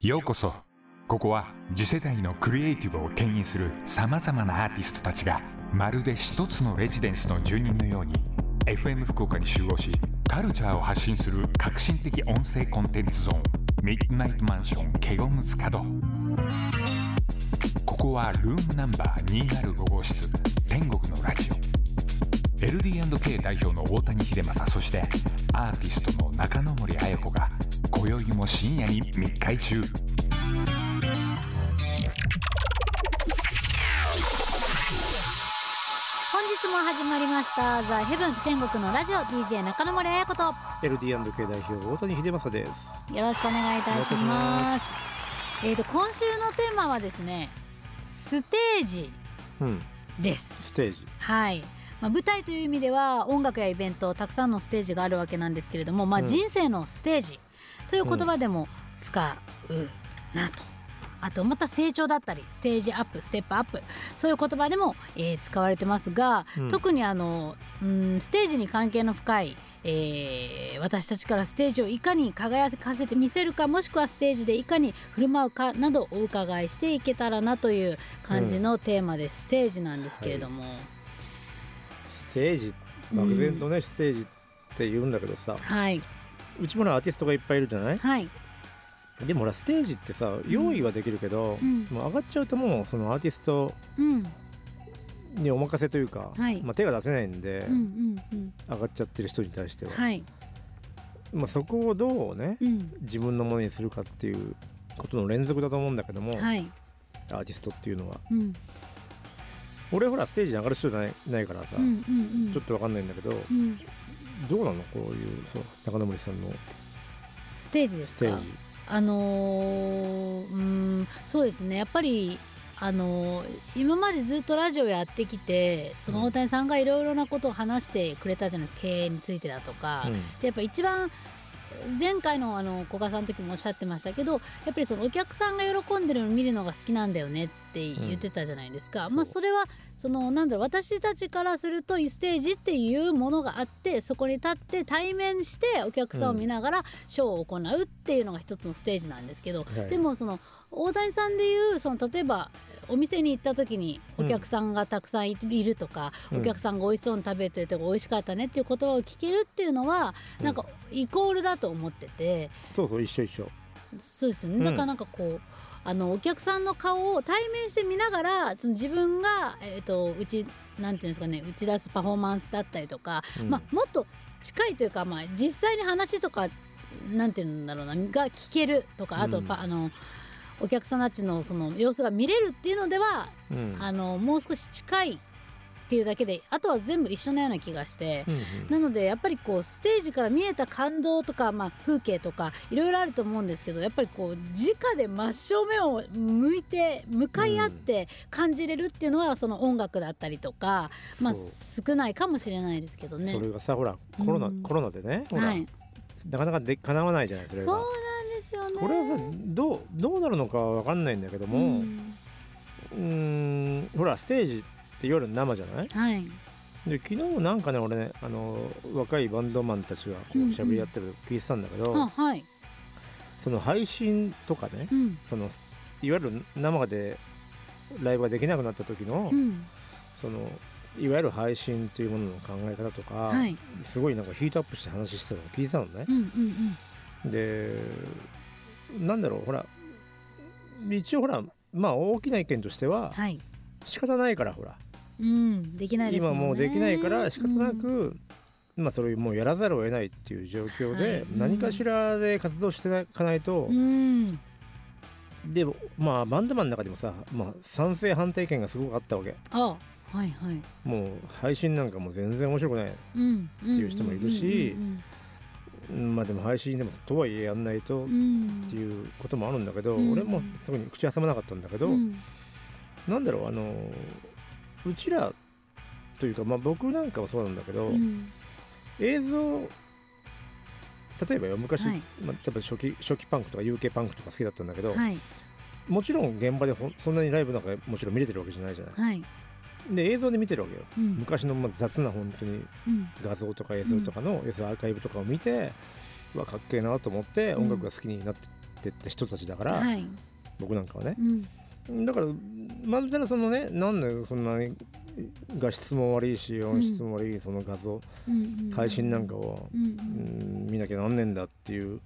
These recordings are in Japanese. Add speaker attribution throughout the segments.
Speaker 1: ようこそここは次世代のクリエイティブを牽引するさまざまなアーティストたちがまるで一つのレジデンスの住人のように FM 福岡に集合しカルチャーを発信する革新的音声コンテンツゾーン「ミッドナイトマンションケゴムツカド」ここはルームナンバー205号室天国のラジオ LD&K 代表の大谷秀正そしてアーティストの中野森彩子が今宵も深夜に密会中
Speaker 2: 本日も始まりました「ザ・ヘブン天国のラジオ DJ 中野森彩子と
Speaker 3: LD&K 代表大谷秀正です
Speaker 2: よろしくお願いいたし
Speaker 3: お願
Speaker 2: ま
Speaker 3: い
Speaker 2: す
Speaker 3: し
Speaker 2: えー、と今週のテーマはですねステージ
Speaker 3: うん
Speaker 2: です
Speaker 3: ステージ
Speaker 2: はい、まあ、舞台という意味では音楽やイベントたくさんのステージがあるわけなんですけれども、まあ、
Speaker 3: うん
Speaker 2: 人生のステージという言葉でも使うなと。あとまた成長だったりステージアップステップアップそういう言葉でも、えー使われてますが、
Speaker 3: うん
Speaker 2: 特にあの、うん、ステージに関係の深い、えー私たちからステージをいかに輝かせて見せるかもしくはステージでいかに振る舞うかなどお伺いしていけたらなという感じのテーマで、ステージなんですけれども。
Speaker 3: ステージ漠然とね、ステージって言うんだけどさ
Speaker 2: はい、
Speaker 3: うちものアーティストがいっぱいいるじゃない
Speaker 2: はい、
Speaker 3: でもほらステージってさ用意はできるけど、
Speaker 2: うん
Speaker 3: もう上がっちゃうともうそのアーティスト
Speaker 2: うん、
Speaker 3: にお任せというか、
Speaker 2: はい
Speaker 3: まあ、手が出せないんで、
Speaker 2: うん、うん、うん、
Speaker 3: 上がっちゃってる人に対しては、
Speaker 2: はい、
Speaker 3: まあ、そこをどうね
Speaker 2: うん、
Speaker 3: 自分のものにするかっていうことの連続だと思うんだけども、
Speaker 2: はい、
Speaker 3: アーティストっていうのは
Speaker 2: うん、
Speaker 3: 俺ほらステージに上がる人じゃないないからさ、
Speaker 2: うん、うん、うん
Speaker 3: ちょっとわかんないんだけど、
Speaker 2: うん、
Speaker 3: どうなのこういうそう中野森さんの
Speaker 2: ステージで
Speaker 3: ス
Speaker 2: す
Speaker 3: テ
Speaker 2: か
Speaker 3: ージ。
Speaker 2: あのー、うん、そうですね、やっぱり。あのー今までずっとラジオやってきてその大谷さんがいろいろなことを話してくれたじゃないですか経営についてだとか、
Speaker 3: うん
Speaker 2: でやっぱ一番前回のあの古賀さんの時もおっしゃってましたけどやっぱりそのお客さんが喜んでるのを見るのが好きなんだよねって言ってたじゃないですか、
Speaker 3: うん
Speaker 2: まあ
Speaker 3: そう
Speaker 2: それはそのなんだろう私たちからするとステージっていうものがあってそこに立って対面してお客さんを見ながらショーを行うっていうのが一つのステージなんですけど、
Speaker 3: はい
Speaker 2: でもその大谷さんでいうその例えばお店に行った時にお客さんがたくさんいいるとか、
Speaker 3: うん
Speaker 2: お客さんが美味しそうに食べてて美味しかったねっていう言葉を聞けるっていうのは
Speaker 3: うん
Speaker 2: なんかイコールだと思ってて、
Speaker 3: そうそう一緒一緒
Speaker 2: そうですよ
Speaker 3: うん
Speaker 2: ねだからなんかこう、あのお客さんの顔を対面して見ながらその自分が、えー、とうちなんていうんですかね打ち出すパフォーマンスだったりとか、
Speaker 3: うん
Speaker 2: まあ、もっと近いというか、まあ、実際に話とかなんていうんだろうなが聞けるとかあと、
Speaker 3: うん
Speaker 2: パあのお客さんたちのその様子が見れるっていうのでは
Speaker 3: うん
Speaker 2: あのもう少し近いっていうだけであとは全部一緒のような気がして。
Speaker 3: うんうん
Speaker 2: なのでやっぱりこうステージから見えた感動とか、まあ、風景とかいろいろあると思うんですけどやっぱりこう直で真正面を向いて向かい合って感じれるっていうのは、その音楽だったりとか、まあ、
Speaker 3: そ
Speaker 2: 少ないかもしれないですけど
Speaker 3: う
Speaker 2: ね。
Speaker 3: それがさほらコロナ、
Speaker 2: うん
Speaker 3: コロナでねほら、
Speaker 2: はい、
Speaker 3: なかなかで叶わないじゃないそれ
Speaker 2: そう
Speaker 3: が
Speaker 2: なんですよね。
Speaker 3: これはさどうどうなるのかはわかんないんだけども
Speaker 2: ん
Speaker 3: うーんほらステージって夜生じゃない
Speaker 2: はい、
Speaker 3: で昨日もなんかね俺ねあの若いバンドマンたちがこ
Speaker 2: うんう
Speaker 3: うんしゃべり合ってるの聞いてたんだけど、
Speaker 2: あはい、
Speaker 3: その配信とかね
Speaker 2: うん、
Speaker 3: そのいわゆる生でライブができなくなった時の、
Speaker 2: うん、
Speaker 3: そのいわゆる配信というものの考え方とか、
Speaker 2: はい、
Speaker 3: すごいなんかヒートアップして話してたのを聞いてたのね
Speaker 2: う、ん、うん、
Speaker 3: でなんだろうほら一応ほらまあ大きな意見として
Speaker 2: うん、
Speaker 3: は
Speaker 2: はい、
Speaker 3: 仕方ないからほら
Speaker 2: うん、できないですも
Speaker 3: 今
Speaker 2: んね。
Speaker 3: もうできないから仕方な
Speaker 2: うん、
Speaker 3: く、まあそれをもうやらざるを得ないっていう状況で、
Speaker 2: はいうん
Speaker 3: 何かしらで活動していかないと、
Speaker 2: うん、
Speaker 3: でまあバンドマンの中でもさ、まあ、賛成反対意見がすごくあったわけ
Speaker 2: あ、はい、はい、
Speaker 3: もう配信なんかもう全然面白くない
Speaker 2: うん、って
Speaker 3: いう人もいるし
Speaker 2: うん、
Speaker 3: うんまあでも配信でもとはいえやんないと
Speaker 2: う
Speaker 3: っ
Speaker 2: ん、
Speaker 3: ていうこともあるんだけど、
Speaker 2: うん
Speaker 3: 俺も特に口挟まなかったんだけど、
Speaker 2: うん
Speaker 3: なんだろうあのうちらというか、まあ、僕なんかはそうなんだけど、
Speaker 2: うん
Speaker 3: 映像例えばよ昔、
Speaker 2: はい
Speaker 3: まあ、多分初期初期パンクとか UK パンクとか好きだったんだけど、
Speaker 2: はい、
Speaker 3: もちろん現場でほんそんなにライブなんかもちろん見れてるわけじゃないじゃな
Speaker 2: はい、
Speaker 3: い。で映像で見てるわけよ。
Speaker 2: うん、
Speaker 3: 昔のまあ雑な本当に
Speaker 2: うん、
Speaker 3: 画像とか映像とかの、要するにアーカイブとかを見て、うわかっけえなと思って
Speaker 2: うん
Speaker 3: 音楽が好きになってっていった人たちだから、
Speaker 2: はい、
Speaker 3: 僕なんかはね
Speaker 2: うん、
Speaker 3: だからまずそのねなんでそんなに画質も悪いし音質も悪いその画像、
Speaker 2: うんうん
Speaker 3: 配信なんかを、
Speaker 2: うんう
Speaker 3: うんん、見なきゃなんねえんだっていう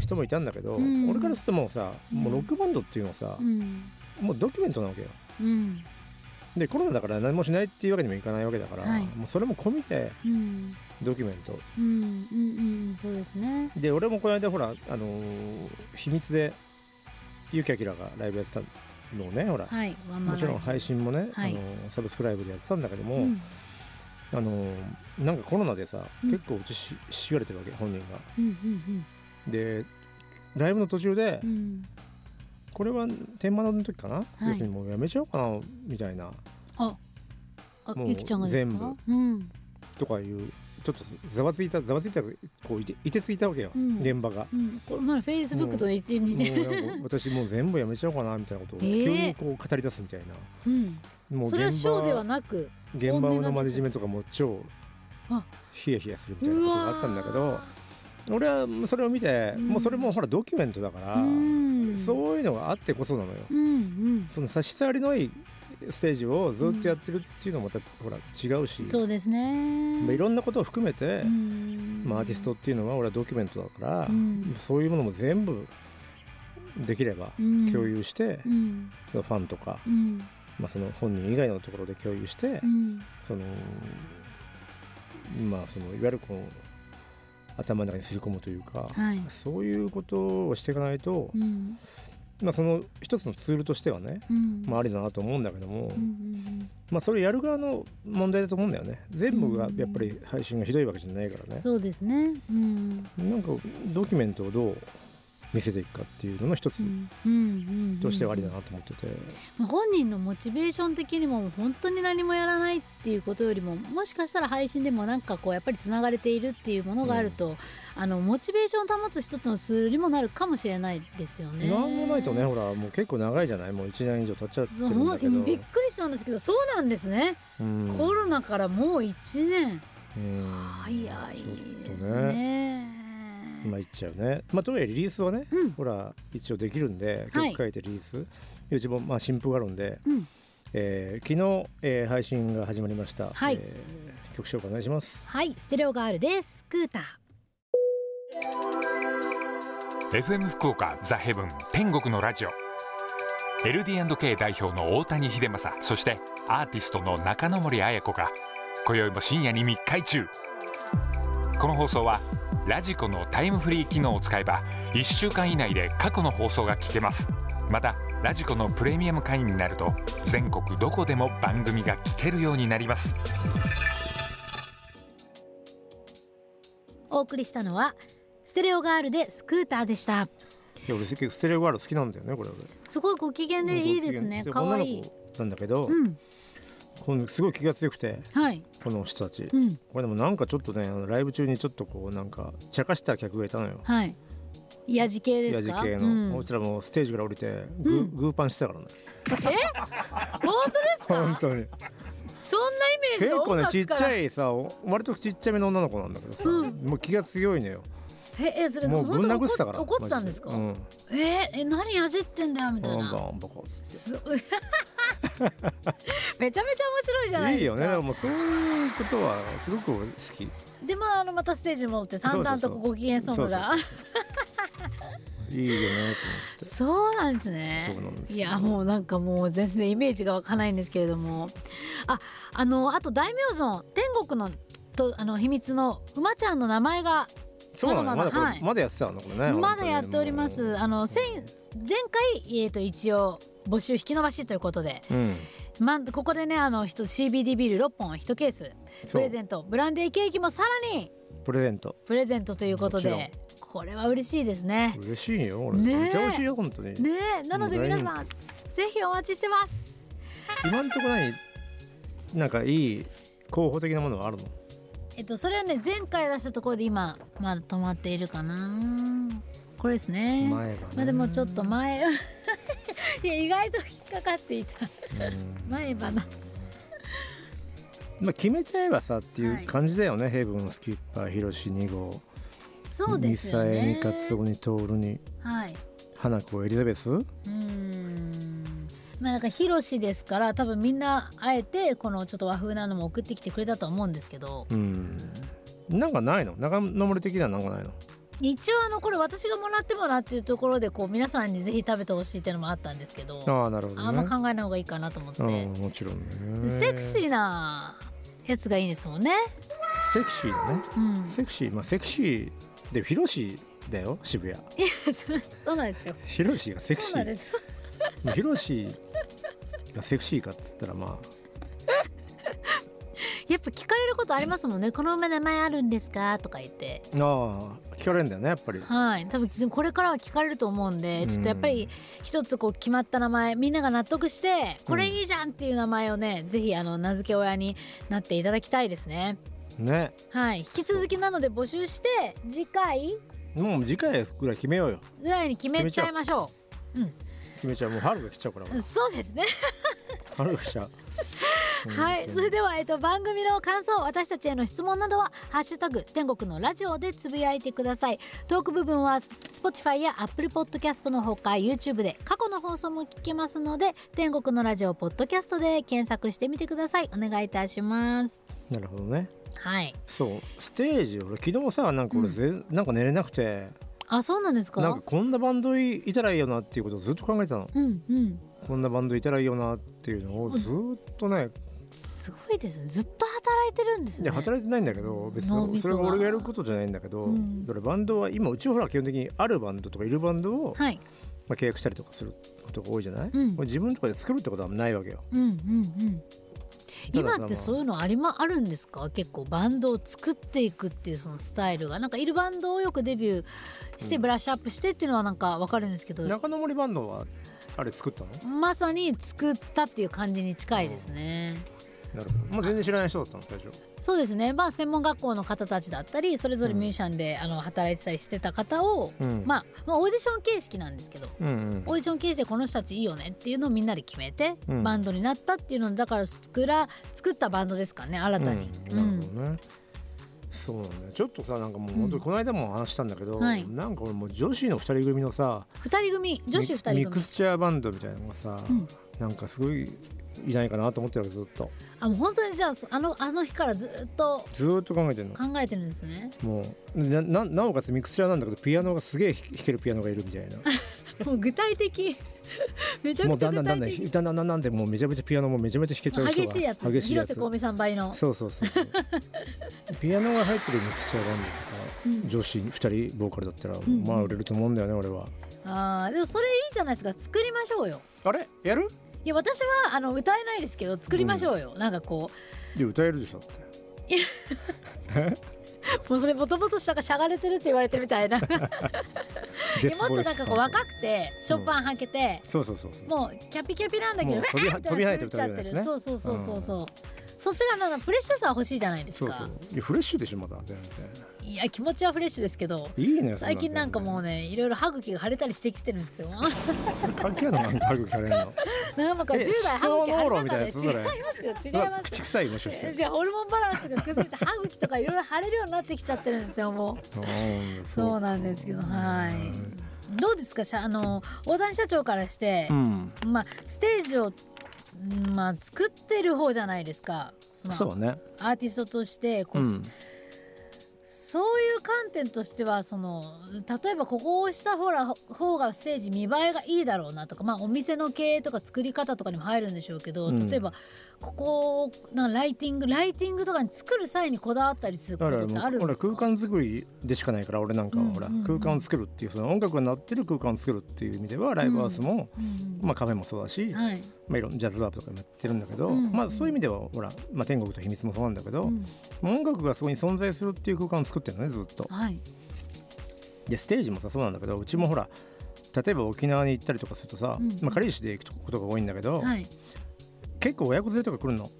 Speaker 3: 人もいたんだけど、
Speaker 2: うん
Speaker 3: 俺からするともうさ、もうロックバンドっていうのはさ
Speaker 2: う、ん
Speaker 3: もうドキュメントなわけよ
Speaker 2: うん
Speaker 3: でコロナだから何もしないっていうわけにもいかないわけだから、
Speaker 2: はい
Speaker 3: もうそれも込みで
Speaker 2: うん
Speaker 3: ドキュメント
Speaker 2: うんうんうんそうですね
Speaker 3: で俺もこの間ほら、あのー秘密で結城明がライブやってたのをねほら、
Speaker 2: はいワンマン
Speaker 3: もちろん
Speaker 2: はい
Speaker 3: 配信もね、
Speaker 2: はい
Speaker 3: あのーサブスクライブでやってたんだけども、
Speaker 2: うん
Speaker 3: あのーなんかコロナでさ、
Speaker 2: うん
Speaker 3: 結構うちししがれてるわけ本人が。
Speaker 2: うんうん
Speaker 3: でライブの途中で、
Speaker 2: うんうん
Speaker 3: これは天満の時かな、
Speaker 2: い
Speaker 3: 要するにもうやめちゃおうかなみたいな
Speaker 2: ああ
Speaker 3: もう
Speaker 2: ゆきちゃんがですか
Speaker 3: 全
Speaker 2: うん
Speaker 3: とかいうちょっとざわついたざわついたこういていてついたわけよ、
Speaker 2: うん
Speaker 3: 現場が。
Speaker 2: うんこれまだフェイスブックと似て似て
Speaker 3: もうなんか私もう全部やめちゃおうかなみたいなことを
Speaker 2: えー
Speaker 3: 急にこう語り出すみたいな、
Speaker 2: うん
Speaker 3: もう
Speaker 2: それはショーではなく
Speaker 3: 現場のマネジメントがもう超
Speaker 2: あ
Speaker 3: ヒヤヒヤするみたいなことがあったんだけど俺はそれを見て、
Speaker 2: うん
Speaker 3: もうそれもほらドキュメントだから、
Speaker 2: うん
Speaker 3: そういうのがあってこそなのよ。
Speaker 2: うんうん
Speaker 3: その差し障りのいいステージをずっとやってるっていうのもまた、ほら違うし
Speaker 2: そうですね
Speaker 3: まあいろんなことを含めて、
Speaker 2: うん
Speaker 3: まあ、アーティストっていうのは俺はドキュメントだから、
Speaker 2: うん
Speaker 3: そういうものも全部できれば
Speaker 2: うん
Speaker 3: 共有して、
Speaker 2: うん
Speaker 3: そのファンとか、
Speaker 2: うん
Speaker 3: まあ、その本人以外のところで共有して、
Speaker 2: うん
Speaker 3: そのまあそのいわゆるこの頭の中にすり込むというか、
Speaker 2: はい
Speaker 3: そういうことをしていかないと、
Speaker 2: うん
Speaker 3: まあその一つのツールとしてはね、
Speaker 2: うん
Speaker 3: まあ、ありだなと思うんだけど
Speaker 2: うんう
Speaker 3: も、
Speaker 2: ん
Speaker 3: まあそれやる側の問題だと思うんだよね全部がやっぱり配信がひどいわけじゃないから
Speaker 2: うん
Speaker 3: ね、
Speaker 2: そうですねうん
Speaker 3: なんかドキュメントをどう見せていくかっていうのの一つ
Speaker 2: うんうんうん
Speaker 3: としてはありだなと思ってて、
Speaker 2: まあ本人のモチベーション的にも本当に何もやらないっていうことよりももしかしたら配信でもなんかこうやっぱりつながれているっていうものがあると、あのモチベーションを保つ一つのツールにもなるかもしれないですよね。
Speaker 3: なんもないとねほらもう結構長いじゃないもう1年以上経っちゃって
Speaker 2: そ
Speaker 3: る
Speaker 2: うんも
Speaker 3: だ
Speaker 2: う
Speaker 3: けど、
Speaker 2: びっくりしたんですけどそうなんですね、
Speaker 3: うん
Speaker 2: コロナからもう1年
Speaker 3: うん
Speaker 2: 早いで
Speaker 3: ち
Speaker 2: す
Speaker 3: ょっとね
Speaker 2: ね。
Speaker 3: まあ言っちゃうね。まあとはいえリリースはね、
Speaker 2: うん
Speaker 3: ほら一応できるんで
Speaker 2: はい
Speaker 3: 曲書いてリリース、うちもまあ新譜があるんで、
Speaker 2: うん
Speaker 3: えー昨日、えー配信が始まりました。
Speaker 2: はい
Speaker 3: えー曲紹介お願いします。
Speaker 2: はいステレオガールですスクーター
Speaker 1: FM 福岡ザヘブン天国のラジオ LD&K 代表の大谷秀政そしてアーティストの中野森彩子が今宵も深夜に密会中この放送はラジコのタイムフリー機能を使えば1週間以内で過去の放送が聞けますまたラジコのプレミアム会員になると全国どこでも番組が聞けるようになります
Speaker 2: お送りしたのはステレオガールでスクーターでした
Speaker 3: いや俺結構ステレオワールド好きなんだよねこれ俺。
Speaker 2: すごいご機嫌でいいですね
Speaker 3: で
Speaker 2: 可愛い
Speaker 3: 女の子なんだけど、
Speaker 2: うん
Speaker 3: このすごい気が強くて
Speaker 2: はい
Speaker 3: この人たち。
Speaker 2: うん
Speaker 3: これでもなんかちょっとねあのライブ中にちょっとこうなんか茶化した客がいたのよ。
Speaker 2: はいいやじ系です
Speaker 3: ジ
Speaker 2: か
Speaker 3: 系
Speaker 2: う
Speaker 3: の、
Speaker 2: ん
Speaker 3: こいつらもうステージから降りてグ,、ーグーパンして たからね
Speaker 2: 本当ですか
Speaker 3: 本当
Speaker 2: そ
Speaker 3: に
Speaker 2: んなイメージ
Speaker 3: 結構ねちっちゃ
Speaker 2: い
Speaker 3: いさお割とちっちゃめの女の子なんだけどさ、
Speaker 2: うん
Speaker 3: もう気が強いのよ
Speaker 2: ええそれ
Speaker 3: もうぶん
Speaker 2: 本当
Speaker 3: 殴ってたから
Speaker 2: 怒っ怒ってたんですか、
Speaker 3: マジうん
Speaker 2: えーえ何やじってんだよみたい
Speaker 3: バン バ
Speaker 2: な
Speaker 3: ンバコつっ
Speaker 2: すめちゃめちゃ面白いじゃない
Speaker 3: てい
Speaker 2: です
Speaker 3: いよ
Speaker 2: か
Speaker 3: ねでももうそういうことはすごく好き
Speaker 2: でもあのまたステージに戻って淡々とご機嫌そうなのが
Speaker 3: そういいよねと
Speaker 2: そうなんですね。
Speaker 3: そうなんですよ
Speaker 2: いやもうなんかもう全然イメージが湧かないんですけれども、ああのあと大名尊天国のとあの秘密の馬ちゃんの名前が
Speaker 3: 思ってそうな
Speaker 2: まだ
Speaker 3: の
Speaker 2: まだ
Speaker 3: まだこれ、
Speaker 2: はい
Speaker 3: まだやってたのこれね
Speaker 2: まだやっておりま
Speaker 3: 本
Speaker 2: す。あの先前回えっ、と一応募集引き延ばしということで、
Speaker 3: 当にもううん
Speaker 2: まここでねあの一 CBD ビール6本1ケース
Speaker 3: そ
Speaker 2: プ
Speaker 3: う
Speaker 2: レゼントブランデーケーキもさらに
Speaker 3: プレゼント
Speaker 2: プレゼントということ
Speaker 3: も
Speaker 2: でこれは嬉しいですね。
Speaker 3: 嬉しいよ俺、
Speaker 2: ねえ
Speaker 3: めっちゃ美味しいよ本当に、
Speaker 2: ねえなので皆
Speaker 3: もう
Speaker 2: さんぜひお待ちしてます。
Speaker 3: 今んとこ何なんかいい候補的なものはあるの
Speaker 2: えっとそれはね前回出したところで今まだ止まっているかなこれですね
Speaker 3: 前がね
Speaker 2: まあでもちょっと前 いや意外と引っかかっていた
Speaker 3: うん
Speaker 2: 前歯な
Speaker 3: まあ決めちゃえばさって
Speaker 2: はいいう
Speaker 3: 感じだよね、ヘイブンスキッパー広ロシ2号
Speaker 2: そうですよね
Speaker 3: ミサエにカツオにトールに
Speaker 2: はい
Speaker 3: 花子エリザベス
Speaker 2: うーんまあなんかヒロシですから多分みんなあえてこのちょっと和風なのも送ってきてくれたと思うんですけど
Speaker 3: うんなんかないの中野森的にはなんかないの
Speaker 2: 一応あのこれ私がもらってもなっていうところでこう皆さんにぜひ食べてほしいっていうのもあったんですけど
Speaker 3: ああなるほ
Speaker 2: あ
Speaker 3: ど
Speaker 2: んま
Speaker 3: ね
Speaker 2: 考えない方がいいかなと思って、
Speaker 3: うんもちろんね
Speaker 2: セクシーなやつがいいんですもんね、
Speaker 3: セクシーだね
Speaker 2: うん、
Speaker 3: セクシーまあセクシーでヒロシだよ渋谷
Speaker 2: いやそうそうなんですよ
Speaker 3: ヒロシがセク
Speaker 2: そ
Speaker 3: シ
Speaker 2: うなんで
Speaker 3: ー
Speaker 2: す
Speaker 3: ヒロシがセクシーかっつったらまあ
Speaker 2: やっぱ聞かれることありますもんね「この馬名前あるんですか?」とか言って
Speaker 3: ああ聞かれるんだよねやっぱり
Speaker 2: はい多分でもこれからは聞かれると思うんで
Speaker 3: うん
Speaker 2: ちょっとやっぱり一つこう決まった名前みんなが納得してこれいいじゃんっていう名前をね、ぜひあの名付け親になっていただきたいですね
Speaker 3: ね
Speaker 2: はい引き続きなので募集して次回
Speaker 3: もう次回ぐらい決めようよ
Speaker 2: ぐらいに決めちゃいましょ
Speaker 3: 決めちゃうもう春が来ちゃ うから
Speaker 2: うそうですね
Speaker 3: 春が来ちゃううん
Speaker 2: はい、それでは、えっと、番組の感想、私たちへの質問などは、ハッシュタグ、天国のラジオでつぶやいてください。トーク部分は、Spotify や Apple Podcast のほか、YouTube で過去の放送も聞けますので、天国のラジオポッドキャストで検索してみてください。お願いいたします。
Speaker 3: なるほどね
Speaker 2: はい。
Speaker 3: そうステージ俺昨日さなんか俺ぜ、なんか寝れなくて
Speaker 2: あ、そうなんですか
Speaker 3: なんかこんなバンドいいたらいいよなっていうことをずっと考えてたの
Speaker 2: うんうん。
Speaker 3: こんなバンドいたらいいよなっていうのをずっとね
Speaker 2: すごいですね。ずっと働いてるんです
Speaker 3: い
Speaker 2: ね。
Speaker 3: や働いてないんだけど別
Speaker 2: 脳み
Speaker 3: に
Speaker 2: そ
Speaker 3: そ
Speaker 2: が
Speaker 3: れが俺がやることじゃないんだけど、
Speaker 2: うん
Speaker 3: だからバンドは今うちはほら基本的にあるバンドとかいるバンドを、
Speaker 2: はい。
Speaker 3: まあ、契約したりとかすることが多いじゃない、
Speaker 2: うん
Speaker 3: これ自分とかで作るってことはないわけよ。
Speaker 2: うんうんうん。
Speaker 3: ただ
Speaker 2: 今ってそういうのありまあるんですか結構バンドを作っていくっていうそのスタイルがなんかいるバンドをよくデビューして
Speaker 3: うん
Speaker 2: ブラッシュアップしてっていうのはなんかわかるんですけど、
Speaker 3: 中野森バンドはあれ作ったの
Speaker 2: まさに作ったっていう感じに近いですね。
Speaker 3: なるほど、まあ、全然知らない人だったの最初。
Speaker 2: そうですね、まあ、専門学校の方たちだったりそれぞれミュージシャンで、あの働いてたりしてた方を、
Speaker 3: うん
Speaker 2: まあ、まあオーディション形式なんですけど
Speaker 3: うんうん
Speaker 2: オーディション形式でこの人たちいいよねっていうのをみんなで決めて、
Speaker 3: うん
Speaker 2: バンドになったっていうのでだから作ら作ったバンドですかね新たに。
Speaker 3: うんなるほどね。そうなんだよちょっとさなんかもう本当にこの間も話したんだけど、
Speaker 2: うんはい
Speaker 3: なんか俺もう女子の二人組のさ
Speaker 2: 二人組女子二人
Speaker 3: ミ
Speaker 2: 組
Speaker 3: ミクスチャーバンドみたいなのがさ、
Speaker 2: うん
Speaker 3: なんかすごいいないかなと思ってるわけずっと
Speaker 2: あもう本当にじゃあそあのあの日からずっと
Speaker 3: ずーっと考えてるの
Speaker 2: 考えてるんです ね。
Speaker 3: もうなななおかつミクスチャーなんだけどピアノがすげえ弾弾けるピアノがいるみた いな
Speaker 2: もう具体的めちゃ
Speaker 3: もう
Speaker 2: くち
Speaker 3: だ
Speaker 2: ゃ
Speaker 3: ん
Speaker 2: 具
Speaker 3: だんだ
Speaker 2: 体
Speaker 3: んだん
Speaker 2: 的。
Speaker 3: だんだんだんだんでもうめちゃめちゃピアノもめちゃめちゃ弾けちゃう人が
Speaker 2: 激しいやつですね。
Speaker 3: 激しいや
Speaker 2: 広
Speaker 3: つ
Speaker 2: 瀬香美さん倍の。
Speaker 3: そうそうそ うそうピアノが入ってるミクスチャーバン
Speaker 2: う
Speaker 3: ドとか、
Speaker 2: ん
Speaker 3: 女子2人ボーカルだったら、
Speaker 2: ん
Speaker 3: まあ売れると思うんだよね俺は
Speaker 2: ああでもそれいいじゃないですか作りましょうよ。
Speaker 3: あれやる
Speaker 2: いや私はあの歌えないですけど作りましょうよ。なんかこ
Speaker 3: で歌えるでしょって
Speaker 2: うもうそれもともとしがしゃがれてるって言われてるみたいな。いやも
Speaker 3: デ
Speaker 2: っとなんかこう若くてショパンはけて、
Speaker 3: そうそうそうそう
Speaker 2: もうキャピキャピなんだけど
Speaker 3: もう飛び
Speaker 2: わーって
Speaker 3: 飛び跳ねてる
Speaker 2: なっちゃって
Speaker 3: ってことですね
Speaker 2: そうそうそうそうそう。そっちがなんかプレッシャーさは欲しいじゃないです
Speaker 3: そう
Speaker 2: か。
Speaker 3: そういやフレッシュでしょまだ全
Speaker 2: いや気持ちはフレッシュですけど
Speaker 3: 然いいねそ
Speaker 2: 最近なんかもう
Speaker 3: う
Speaker 2: ねいろいろ歯茎が腫れたりしてきてるん ですよ
Speaker 3: それ関係あるのなんか早く聞かれる の
Speaker 2: なんか
Speaker 3: え
Speaker 2: 10代歯茎腫れなかったで違
Speaker 3: 歯槽膿漏
Speaker 2: い
Speaker 3: みたいなや
Speaker 2: ますよ違いう
Speaker 3: わ
Speaker 2: ま
Speaker 3: 口
Speaker 2: す
Speaker 3: 臭いもしか して
Speaker 2: じゃあホルモンバランスが崩れて歯茎とかいろいろ腫れるようになってきちゃってるんですよもう
Speaker 3: うん
Speaker 2: そうなんですけどはいどうですかしゃあの大谷社長からして
Speaker 3: う、ん
Speaker 2: まあステージをうんまあ作ってる方じゃないですかその
Speaker 3: そうね
Speaker 2: アーティストとしてこ
Speaker 3: う
Speaker 2: う、
Speaker 3: ん
Speaker 2: そういう観点としてはその例えばここをしたほら方がステージ見栄えがいいだろうなとか、まあ、お店の経営とか作り方とかにも入るんでしょうけど、
Speaker 3: うん
Speaker 2: 例えばここをなんかライティングライティングとかに作る際にこだわったりするこ
Speaker 3: だか
Speaker 2: と
Speaker 3: ら
Speaker 2: って
Speaker 3: も
Speaker 2: ある
Speaker 3: うんほ
Speaker 2: で
Speaker 3: ら
Speaker 2: すか
Speaker 3: 空間作りでしかないから俺なんかはほら
Speaker 2: うんうんうん
Speaker 3: 空間を作るっていうその音楽が鳴ってる空間を作るっていう意味ではライブハウスも
Speaker 2: うん
Speaker 3: まあカフェもそうだし
Speaker 2: はい
Speaker 3: まあいろんなジャズバーとかもやってるんだけど
Speaker 2: うんうん
Speaker 3: まあそういう意味ではほらまあ天国と秘密もそうなんだけ
Speaker 2: う
Speaker 3: ど
Speaker 2: ん
Speaker 3: 音楽がそこに存在するっていう空間を作ってるのねずっと。
Speaker 2: はい
Speaker 3: でステージもさそうなんだけどうちもほら例えば沖縄に行ったりとかするとさ、
Speaker 2: うん
Speaker 3: まあ、かりゆしで行くことが多いんだけど、
Speaker 2: はい
Speaker 3: 結構親子連れとか来るの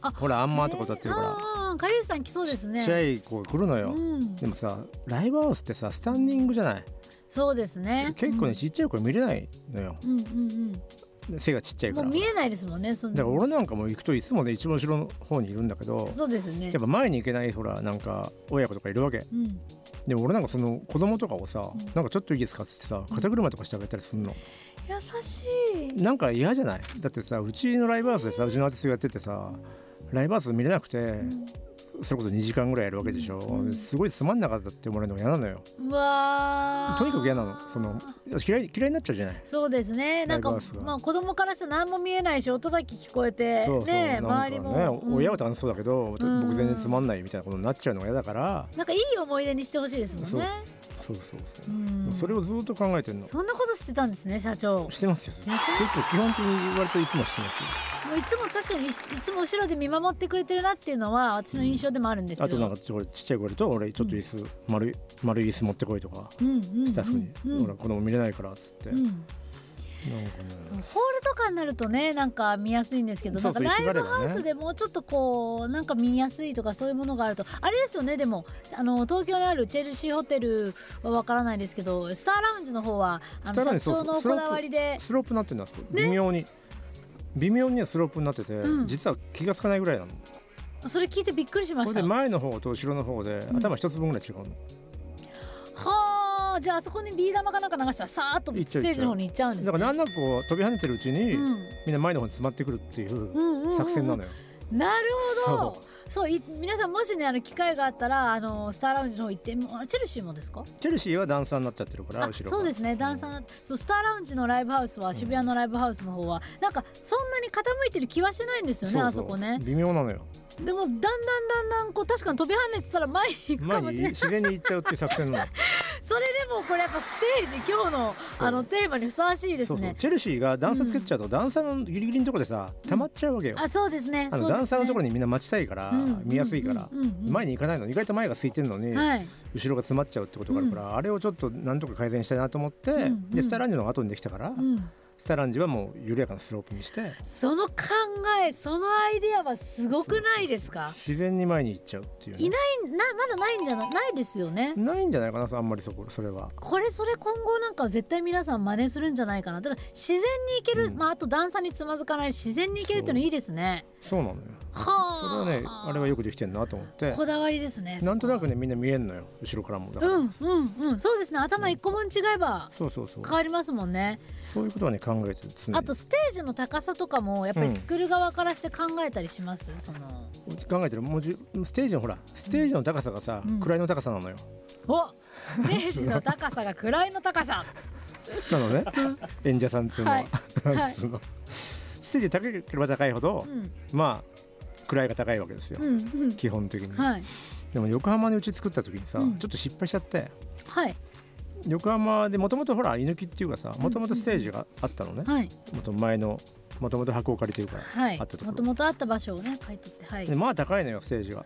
Speaker 2: あ
Speaker 3: ほらあんまとか歌ってるから、
Speaker 2: らカリウスさん来そうですね
Speaker 3: ちっちゃい子が来るのよ、
Speaker 2: うん、
Speaker 3: でもさライブハウスってさスタンディングじゃない
Speaker 2: そうですね
Speaker 3: 結構ね、
Speaker 2: うん
Speaker 3: ちっちゃい子見れないのよ
Speaker 2: うんうんうん
Speaker 3: 背がちっちゃいか
Speaker 2: もう
Speaker 3: ら
Speaker 2: 見えないですもんねそ
Speaker 3: だから
Speaker 2: の
Speaker 3: 俺なんかも行くといつもね一番後ろの方にいるんだけど
Speaker 2: そうですね
Speaker 3: やっぱ前に行けないほらなんか親子とかいるわけ
Speaker 2: うん、
Speaker 3: で俺なんかその子供とかをさ、
Speaker 2: うん
Speaker 3: なんかちょっといいですかっつってさ肩車とかしてあげたりするの、
Speaker 2: 優しい
Speaker 3: なんか嫌じゃないだってさうちのライブハウスでさうちのアーティストやっててさライブハウス見れなくて、それこそ2時間ぐらいやるわけでしょ、
Speaker 2: うん
Speaker 3: ですごいつまんなかったって思われるのが嫌なのよ
Speaker 2: うわー
Speaker 3: とにかく嫌なのその嫌い嫌いになっちゃうじゃない
Speaker 2: そうですねなんか
Speaker 3: ライブハウスが
Speaker 2: まあ子供からしたら何も見えないし音だけ聞こえて
Speaker 3: そうそう、
Speaker 2: ね
Speaker 3: なんか
Speaker 2: 周り
Speaker 3: ね
Speaker 2: も、うん
Speaker 3: 親は楽しそうだけど、
Speaker 2: ん
Speaker 3: 僕全然つまんないみたいなことになっちゃうのが嫌だから、
Speaker 2: なんかいい思い出にしてほしいですもんね
Speaker 3: そうそうそうそうう、
Speaker 2: ん
Speaker 3: それをずっと考えてるの
Speaker 2: そんなことしてたんですね社長も
Speaker 3: してますよ
Speaker 2: やって
Speaker 3: 結構基本的に割といつもしてますよ
Speaker 2: ういつも確かにいつも後ろで見守ってくれてるなっていうのは私の印象でもあるんです
Speaker 3: あ
Speaker 2: けど、
Speaker 3: となんかちょっとちっちゃい子いると俺ちょっと椅子、丸い丸い椅子持ってこいとか
Speaker 2: うんうんうん
Speaker 3: スタッフに、
Speaker 2: うん
Speaker 3: ほら子供見れないからっつって、
Speaker 2: う
Speaker 3: なんか
Speaker 2: んそうホ
Speaker 3: ね
Speaker 2: ールとかになるとねなんか見やすいんですけど
Speaker 3: そうそう
Speaker 2: なんかライブハ
Speaker 3: 縛れば
Speaker 2: ウス
Speaker 3: ね
Speaker 2: でもうちょっとこうなんか見やすいとかそういうものがあるとあれですよねでもあの東京にあるチェルシーホテルはわからないですけどスターラウンジの方はあ
Speaker 3: スタ
Speaker 2: の
Speaker 3: ーラウ
Speaker 2: 社
Speaker 3: ンジそう
Speaker 2: 長の
Speaker 3: そう
Speaker 2: こだわりで
Speaker 3: スロープになってるんです微妙に、微妙にねスロープになってて、
Speaker 2: うん
Speaker 3: 実は気がつかないぐらいなの
Speaker 2: それ聞いてびっくりしま
Speaker 3: こ
Speaker 2: し
Speaker 3: れで
Speaker 2: た
Speaker 3: 前の方と後ろの方で
Speaker 2: ん
Speaker 3: 頭一つ分ぐらい違うの、
Speaker 2: はあじゃああそこにビー玉かなんか流したらさーっと
Speaker 3: 行っちゃ
Speaker 2: ス
Speaker 3: う
Speaker 2: テージの方に行っちゃうんです
Speaker 3: だから
Speaker 2: ね
Speaker 3: なんなくこう飛び跳ねてるうちに、
Speaker 2: うん
Speaker 3: みんな前の方に詰まってくるっていう
Speaker 2: うんうんうん
Speaker 3: 作戦なのよ、
Speaker 2: なるほど
Speaker 3: そ
Speaker 2: そうい皆さんもしねあの機会があったらあのスターラウンジの方行ってもあチェルシーもですか
Speaker 3: チェルシーはダンサーになっちゃってるから
Speaker 2: あ
Speaker 3: 後ろ
Speaker 2: そうですすねダンサーなそうスターラウンジのライブハウスは渋谷のライブハウスの方はなんかそんなに傾いてる気はしないんですよねあそこね
Speaker 3: 微妙なのよ
Speaker 2: でもだんだんだんだんこう確かに飛び跳ねてたら前に行くか
Speaker 3: 前
Speaker 2: もし
Speaker 3: に
Speaker 2: れない
Speaker 3: 自然に行っちゃうっていう 作戦なの
Speaker 2: それでもこれやっぱステージ今日の
Speaker 3: そう
Speaker 2: あのテーマにふさわしいです
Speaker 3: そうそう
Speaker 2: ね
Speaker 3: チェルシーがダンサーつけちゃうと、ダンサーのギリギリのところでさ溜まっちゃうわけよ、
Speaker 2: あそうですね
Speaker 3: あのダンサーのところにみんな待ちたいから、見やすいから、前
Speaker 2: に
Speaker 3: に行かないのに意外と前が空いてるのに、
Speaker 2: はい
Speaker 3: 後ろが詰まっちゃうってことがあるから、あれをちょっとなんとか改善したいなと思って、
Speaker 2: んうん
Speaker 3: でスターランジの方が後にできたから、
Speaker 2: うん
Speaker 3: スターランジはもう緩やかなスロープにして
Speaker 2: その考えそのアイデアはすごくないですか
Speaker 3: 自然に前に行っちゃうっていうね、
Speaker 2: いないなまだないんじゃないないですよね
Speaker 3: ないんじゃないかなあんまりそこそれは。
Speaker 2: これそれ今後なんか絶対皆さん真似するんじゃないかなただ自然にいける、
Speaker 3: うん
Speaker 2: まああと段差につまずかない自然にいけるっていうのいいですね
Speaker 3: そうなのよ
Speaker 2: は
Speaker 3: そ
Speaker 2: あ
Speaker 3: れはねあれはよくできてるなと思って
Speaker 2: こだわりですね
Speaker 3: なんとなく
Speaker 2: ね
Speaker 3: ねみんな見えんのよ後ろからもだか
Speaker 2: う
Speaker 3: ら、
Speaker 2: んうんうんそうですね頭一個分違えば
Speaker 3: そうそうそう
Speaker 2: 変わりますもんね
Speaker 3: そういうことはね考えてる常に
Speaker 2: あとステージの高さとかもやっぱり作る側からして考えたりします、その
Speaker 3: 考えてるもうじステージのほらステージの高さがさ、
Speaker 2: うん
Speaker 3: 位の高さなのよ
Speaker 2: おステージの高さが位の高さ
Speaker 3: なのね演者さんっつうのは、
Speaker 2: はいはい
Speaker 3: そのステージ高ければ高いほど
Speaker 2: う、ん
Speaker 3: まあ位が高いわけですよ、
Speaker 2: うんうん
Speaker 3: 基本的に、
Speaker 2: はい
Speaker 3: でも横浜にうち作った時にさ、
Speaker 2: うん
Speaker 3: ちょっと失敗しちゃって
Speaker 2: はい
Speaker 3: 横浜でもともとほら居抜きっていうかさもともとステージがあったのね、
Speaker 2: はい
Speaker 3: もと前のもともと箱を借りてるから、
Speaker 2: はい
Speaker 3: あったと
Speaker 2: も
Speaker 3: こ
Speaker 2: と
Speaker 3: ろ
Speaker 2: もとあった場所をね買い取ってはい
Speaker 3: でまあ高いのよステージが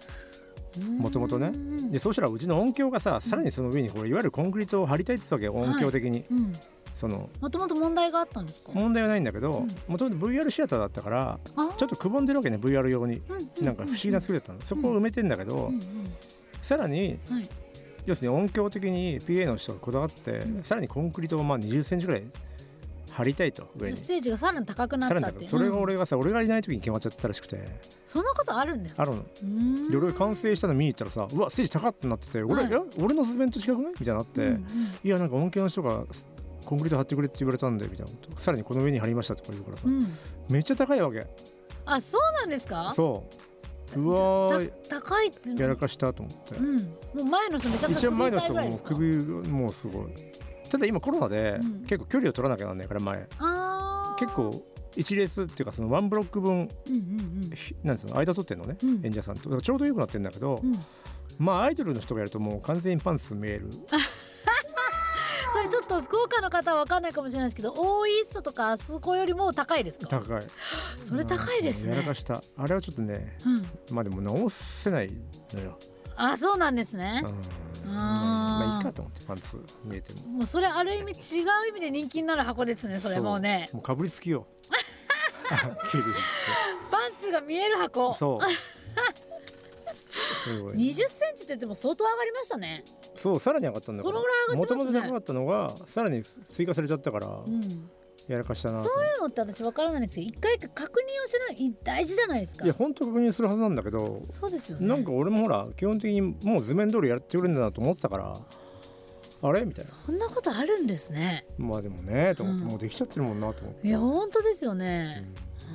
Speaker 2: も
Speaker 3: 元々ねでそうしたらうちの音響がささらにその上にこれいわゆるコンクリートを張りたいって言ってたわけよ音響的に、
Speaker 2: うん、
Speaker 3: その
Speaker 2: もともと問題があったんですか。
Speaker 3: 問題はないんだけど
Speaker 2: うん
Speaker 3: もともと VR シアターだったから
Speaker 2: あ
Speaker 3: ちょっとくぼんでるわけね VR 用に
Speaker 2: うんう
Speaker 3: なんか不思議な作りだったのそこを埋めてんだけ
Speaker 2: う
Speaker 3: ど
Speaker 2: んうん
Speaker 3: さらに
Speaker 2: はい。
Speaker 3: 要するに音響的に PA の人がこだわって
Speaker 2: うん
Speaker 3: さらにコンクリートをまあ2 0ンチぐらい張りたいと上に
Speaker 2: ス。テージがさらに高くなっ
Speaker 3: さらに
Speaker 2: た
Speaker 3: だ
Speaker 2: っ
Speaker 3: か
Speaker 2: てい
Speaker 3: ら
Speaker 2: う。
Speaker 3: それが
Speaker 2: うん。
Speaker 3: 俺がさ俺がいない時に決まっちゃったらしくて
Speaker 2: そんなことあるんですか。
Speaker 3: あるの
Speaker 2: うーん
Speaker 3: で俺が完成したの見に行ったらさうわステージ高ってなってて俺,、
Speaker 2: はい
Speaker 3: え俺のスベンと違くないみたいになって、
Speaker 2: うんうん
Speaker 3: いやなんか音響の人がコンクリート張ってくれって言われたんでみたいなことさらにこの上に張りましたとか言うからさ、
Speaker 2: うん。
Speaker 3: めっちゃ高いわけ
Speaker 2: あ、そうなんですか。
Speaker 3: そううわー
Speaker 2: た高いって。
Speaker 3: やらかしたと思って
Speaker 2: うん。もう前の人めちゃくち
Speaker 3: 一
Speaker 2: ゃ
Speaker 3: 応
Speaker 2: 首
Speaker 3: 前の
Speaker 2: 痛い
Speaker 3: 人
Speaker 2: ぐらいで
Speaker 3: も
Speaker 2: すか。
Speaker 3: 首もうすごいただ今コロナで
Speaker 2: うん
Speaker 3: 結構距離を取らなきゃなんないから前
Speaker 2: ああ。
Speaker 3: 結。構1レースっていうかそのワンブロック分
Speaker 2: うんうん
Speaker 3: ひなんつうの間取ってんのね、
Speaker 2: うん
Speaker 3: 演者さんとだからちょうどよくなってんだけど、
Speaker 2: うん。うん。
Speaker 3: まあアイドルの人がやるともう完全にパンツ見える
Speaker 2: それちょっと福岡の方はわかんないかもしれないですけど、大イーストとかあそこよりも高いですか。
Speaker 3: 高い
Speaker 2: それ高いですね
Speaker 3: やらかしたあれはちょっとね
Speaker 2: うん。
Speaker 3: まあでも直せないのよ
Speaker 2: あ、そうなんですね。
Speaker 3: うん
Speaker 2: あー
Speaker 3: まあいいかと思ってパンツ見えても
Speaker 2: もうそれある意味違う意味で人気になる箱ですねそれ
Speaker 3: そう
Speaker 2: もうね
Speaker 3: もうかぶりつ きよはっきり言って
Speaker 2: パンツが見える箱
Speaker 3: そうすごい
Speaker 2: 20センチってでも相当上がりましたね
Speaker 3: そうさらに上がったんだから
Speaker 2: このぐらい上がってますね
Speaker 3: もともと高かったのがさらに追加されちゃったから、
Speaker 2: うん
Speaker 3: やらかしたなと
Speaker 2: そういうのって私わからないんですけど一回確認をしない大事じゃないですか
Speaker 3: いや本当確認するはずなんだけど
Speaker 2: そうですよね
Speaker 3: なんか俺もほら基本的にもう図面通りやってくれるんだなと思ってたからあれみたいな
Speaker 2: そんなことあるんですね
Speaker 3: まあでもねと思って、
Speaker 2: うん
Speaker 3: もうできちゃってるもんなと思って
Speaker 2: いや本当ですよね、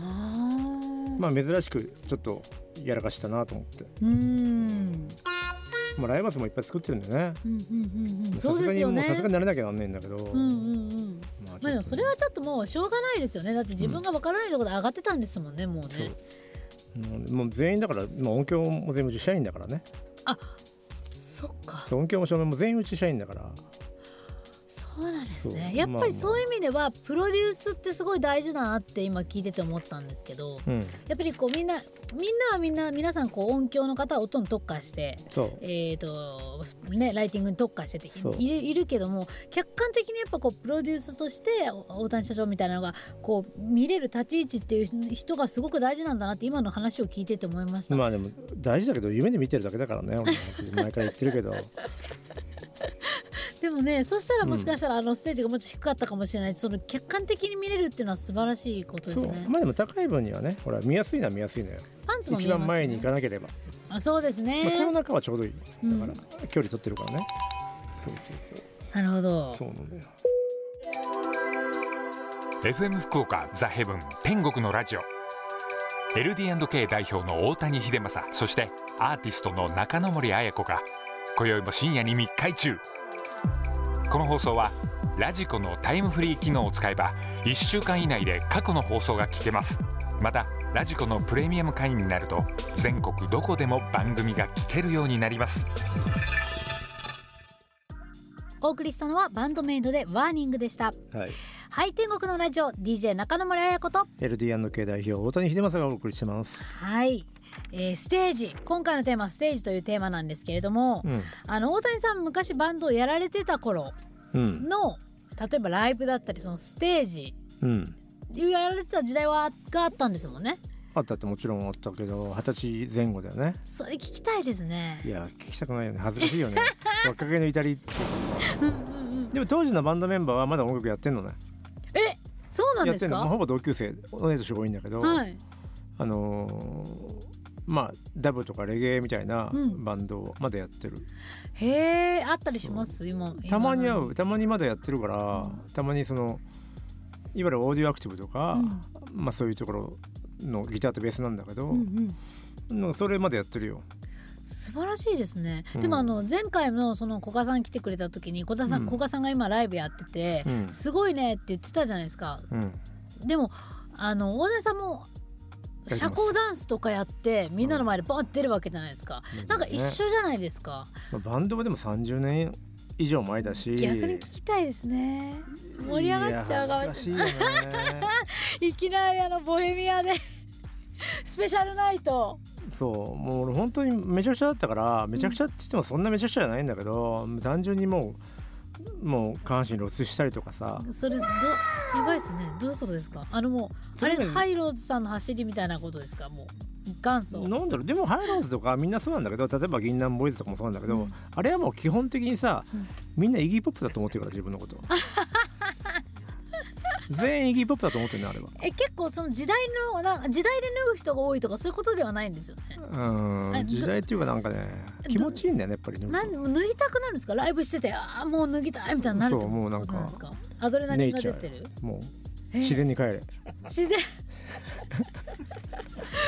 Speaker 2: あー
Speaker 3: まあ珍しくちょっとやらかしたなと思って、
Speaker 2: うーん
Speaker 3: まあ、ライバスもいっぱい作ってるんでね
Speaker 2: うんうんうんうん
Speaker 3: さ
Speaker 2: そう
Speaker 3: す
Speaker 2: で
Speaker 3: が
Speaker 2: す
Speaker 3: に
Speaker 2: よ
Speaker 3: もうさす
Speaker 2: ね
Speaker 3: がになれなきゃなんないんだけど、
Speaker 2: うんうんうん
Speaker 3: まあちょっ
Speaker 2: まあ
Speaker 3: とね
Speaker 2: でもそれはちょっともうしょうがないですよねだって自分がわからないところで上がってたんですもんねもうね
Speaker 3: うんもう全員だから、まあ、音響も全部うち社員だからね
Speaker 2: そっか
Speaker 3: そう音響も照明も全員うち社員だから
Speaker 2: そうなんです
Speaker 3: そ
Speaker 2: ね
Speaker 3: う
Speaker 2: やっぱり
Speaker 3: まあまあ
Speaker 2: そういう意味ではプロデュースってすごい大事だなって今聞いてて思ったんですけど
Speaker 3: うん
Speaker 2: やっぱりこうみんなみんなはみんな皆さんこう音響の方は音に特化して
Speaker 3: そう
Speaker 2: えーとね、ライティングに特化しててい
Speaker 3: そう
Speaker 2: いるいるけども客観的にやっぱこうプロデュースとしてお大谷社長みたいなのがこう見れる立ち位置っていう人がすごく大事なんだなって今の話を聞いてて思いました、
Speaker 3: まあでも大事だけど夢で見てるだけだからね俺は前から言って るけど
Speaker 2: でもねそしたらもしかしたらあのステージがもうちょっと低かったかもしれない、その客観的に見れるっていうのは素晴らしいことです
Speaker 3: そう
Speaker 2: ね
Speaker 3: まあでも高い分にはねほら見やすいのは見やすいのよ、
Speaker 2: パンツも見
Speaker 3: 一
Speaker 2: えます、ね、
Speaker 3: 番前に行かなければ、
Speaker 2: あそうです
Speaker 3: まあ、コロ
Speaker 2: ね、
Speaker 3: ナ禍はちょうどいい
Speaker 2: うん
Speaker 3: だから、距離取ってるからねそう
Speaker 2: な
Speaker 3: そう
Speaker 2: るほど
Speaker 3: そうそうなんだよ
Speaker 1: FM 福岡ザヘブン天国のラジオ LD&K 代表の大谷秀政そしてアーティストの中野森彩子が今宵も深夜に密会中この放送はラジコのタイムフリー機能を使えば1週間以内で過去の放送が聞けますまたラジコのプレミアム会員になると全国どこでも番組が聞けるようになります
Speaker 2: お送りしたのはバンドメイドでワーニングでした
Speaker 3: はい
Speaker 2: はい天国のラジオ DJ 中野村彩子と
Speaker 3: LD&K 代表大谷秀正がお送りしてます、
Speaker 2: はい、えーステージ今回のテーマはステージというテーマなんですけれども、
Speaker 3: うん
Speaker 2: あの大谷さん昔バンドをやられてた頃
Speaker 3: うん
Speaker 2: の例えばライブだったりそのステージ
Speaker 3: うん、
Speaker 2: やられてた時代はがあったんですもんね
Speaker 3: あったってもちろんあったけど二十歳前後だよね
Speaker 2: それ聞きたいですね
Speaker 3: いや聞きたくないよね恥ずかしい よね若気の至りっていうかさでも当時のバンドメンバーはまだ音楽やってんのね
Speaker 2: そうなん
Speaker 3: や
Speaker 2: で
Speaker 3: って
Speaker 2: す
Speaker 3: んのまあ
Speaker 2: か
Speaker 3: ほぼ同級生同い年が多いんだけど、
Speaker 2: はい
Speaker 3: あのーまあダブとかレゲエみたいな
Speaker 2: うん
Speaker 3: バンドをまだやってる、
Speaker 2: へえあったりします今
Speaker 3: たまに
Speaker 2: 今
Speaker 3: 会
Speaker 2: の
Speaker 3: うたまにまだやってるからたまにそのいわゆるオーディオアクティブとか、まあそういうところのギターとベースなんだけど、
Speaker 2: うんうん
Speaker 3: なんかそれまでやってるよ
Speaker 2: 素晴らしいですね、
Speaker 3: うん
Speaker 2: でもあの前回のその古賀さん来てくれた時に古賀さん、
Speaker 3: うん
Speaker 2: 古賀さんが今ライブやってて、
Speaker 3: うん
Speaker 2: すごいねって言ってたじゃないですか
Speaker 3: うん
Speaker 2: でもあの大根さんも
Speaker 3: やりま
Speaker 2: 社
Speaker 3: す
Speaker 2: 交ダンスとかやってみんなの前でバンって出るわけじゃないですか、
Speaker 3: うん
Speaker 2: なんか一緒じゃないですか、
Speaker 3: まあバンドはでも30年以上前だし
Speaker 2: 逆に聞きたいですね盛り上がっちゃうかもしれない
Speaker 3: いや恥ずかしいよね
Speaker 2: いきなりあのボヘミアで スペシャルナイト
Speaker 3: そうもう俺本当にめちゃくちゃだったからめちゃくちゃって言ってもそんなめちゃくちゃじゃないんだけど、単純にもうもう下半身露出したりとかさ
Speaker 2: それどやばいですねどういうことですかあのもう
Speaker 3: そ
Speaker 2: あ
Speaker 3: れ
Speaker 2: れ
Speaker 3: 以外に
Speaker 2: ハイローズさんの走りみたいなことですかもう元祖
Speaker 3: なんだろうでもハイローズとかみんなそうなんだけど例えば銀杏ボーイズとかもそうなんだけど、あれはもう基本的にさ、
Speaker 2: うん
Speaker 3: みんなイギーポップだと思ってるから自分のこと 全員イギーポップだと思ってるのあれは
Speaker 2: え結構その時代のな時代で脱ぐ人が多いとかそういうことではないんですよね
Speaker 3: う
Speaker 2: え
Speaker 3: ん
Speaker 2: ど
Speaker 3: 時代っていうかなんかね
Speaker 2: ど
Speaker 3: 気持ちいいんだよねやっぱり
Speaker 2: なんでも脱ぎたくなるんですかライブしててああもう脱ぎたいみたいになるって
Speaker 3: そうもうなんか
Speaker 2: ことですかアドレナリンが出てる
Speaker 3: もう
Speaker 2: え
Speaker 3: 自然に帰れ
Speaker 2: 自然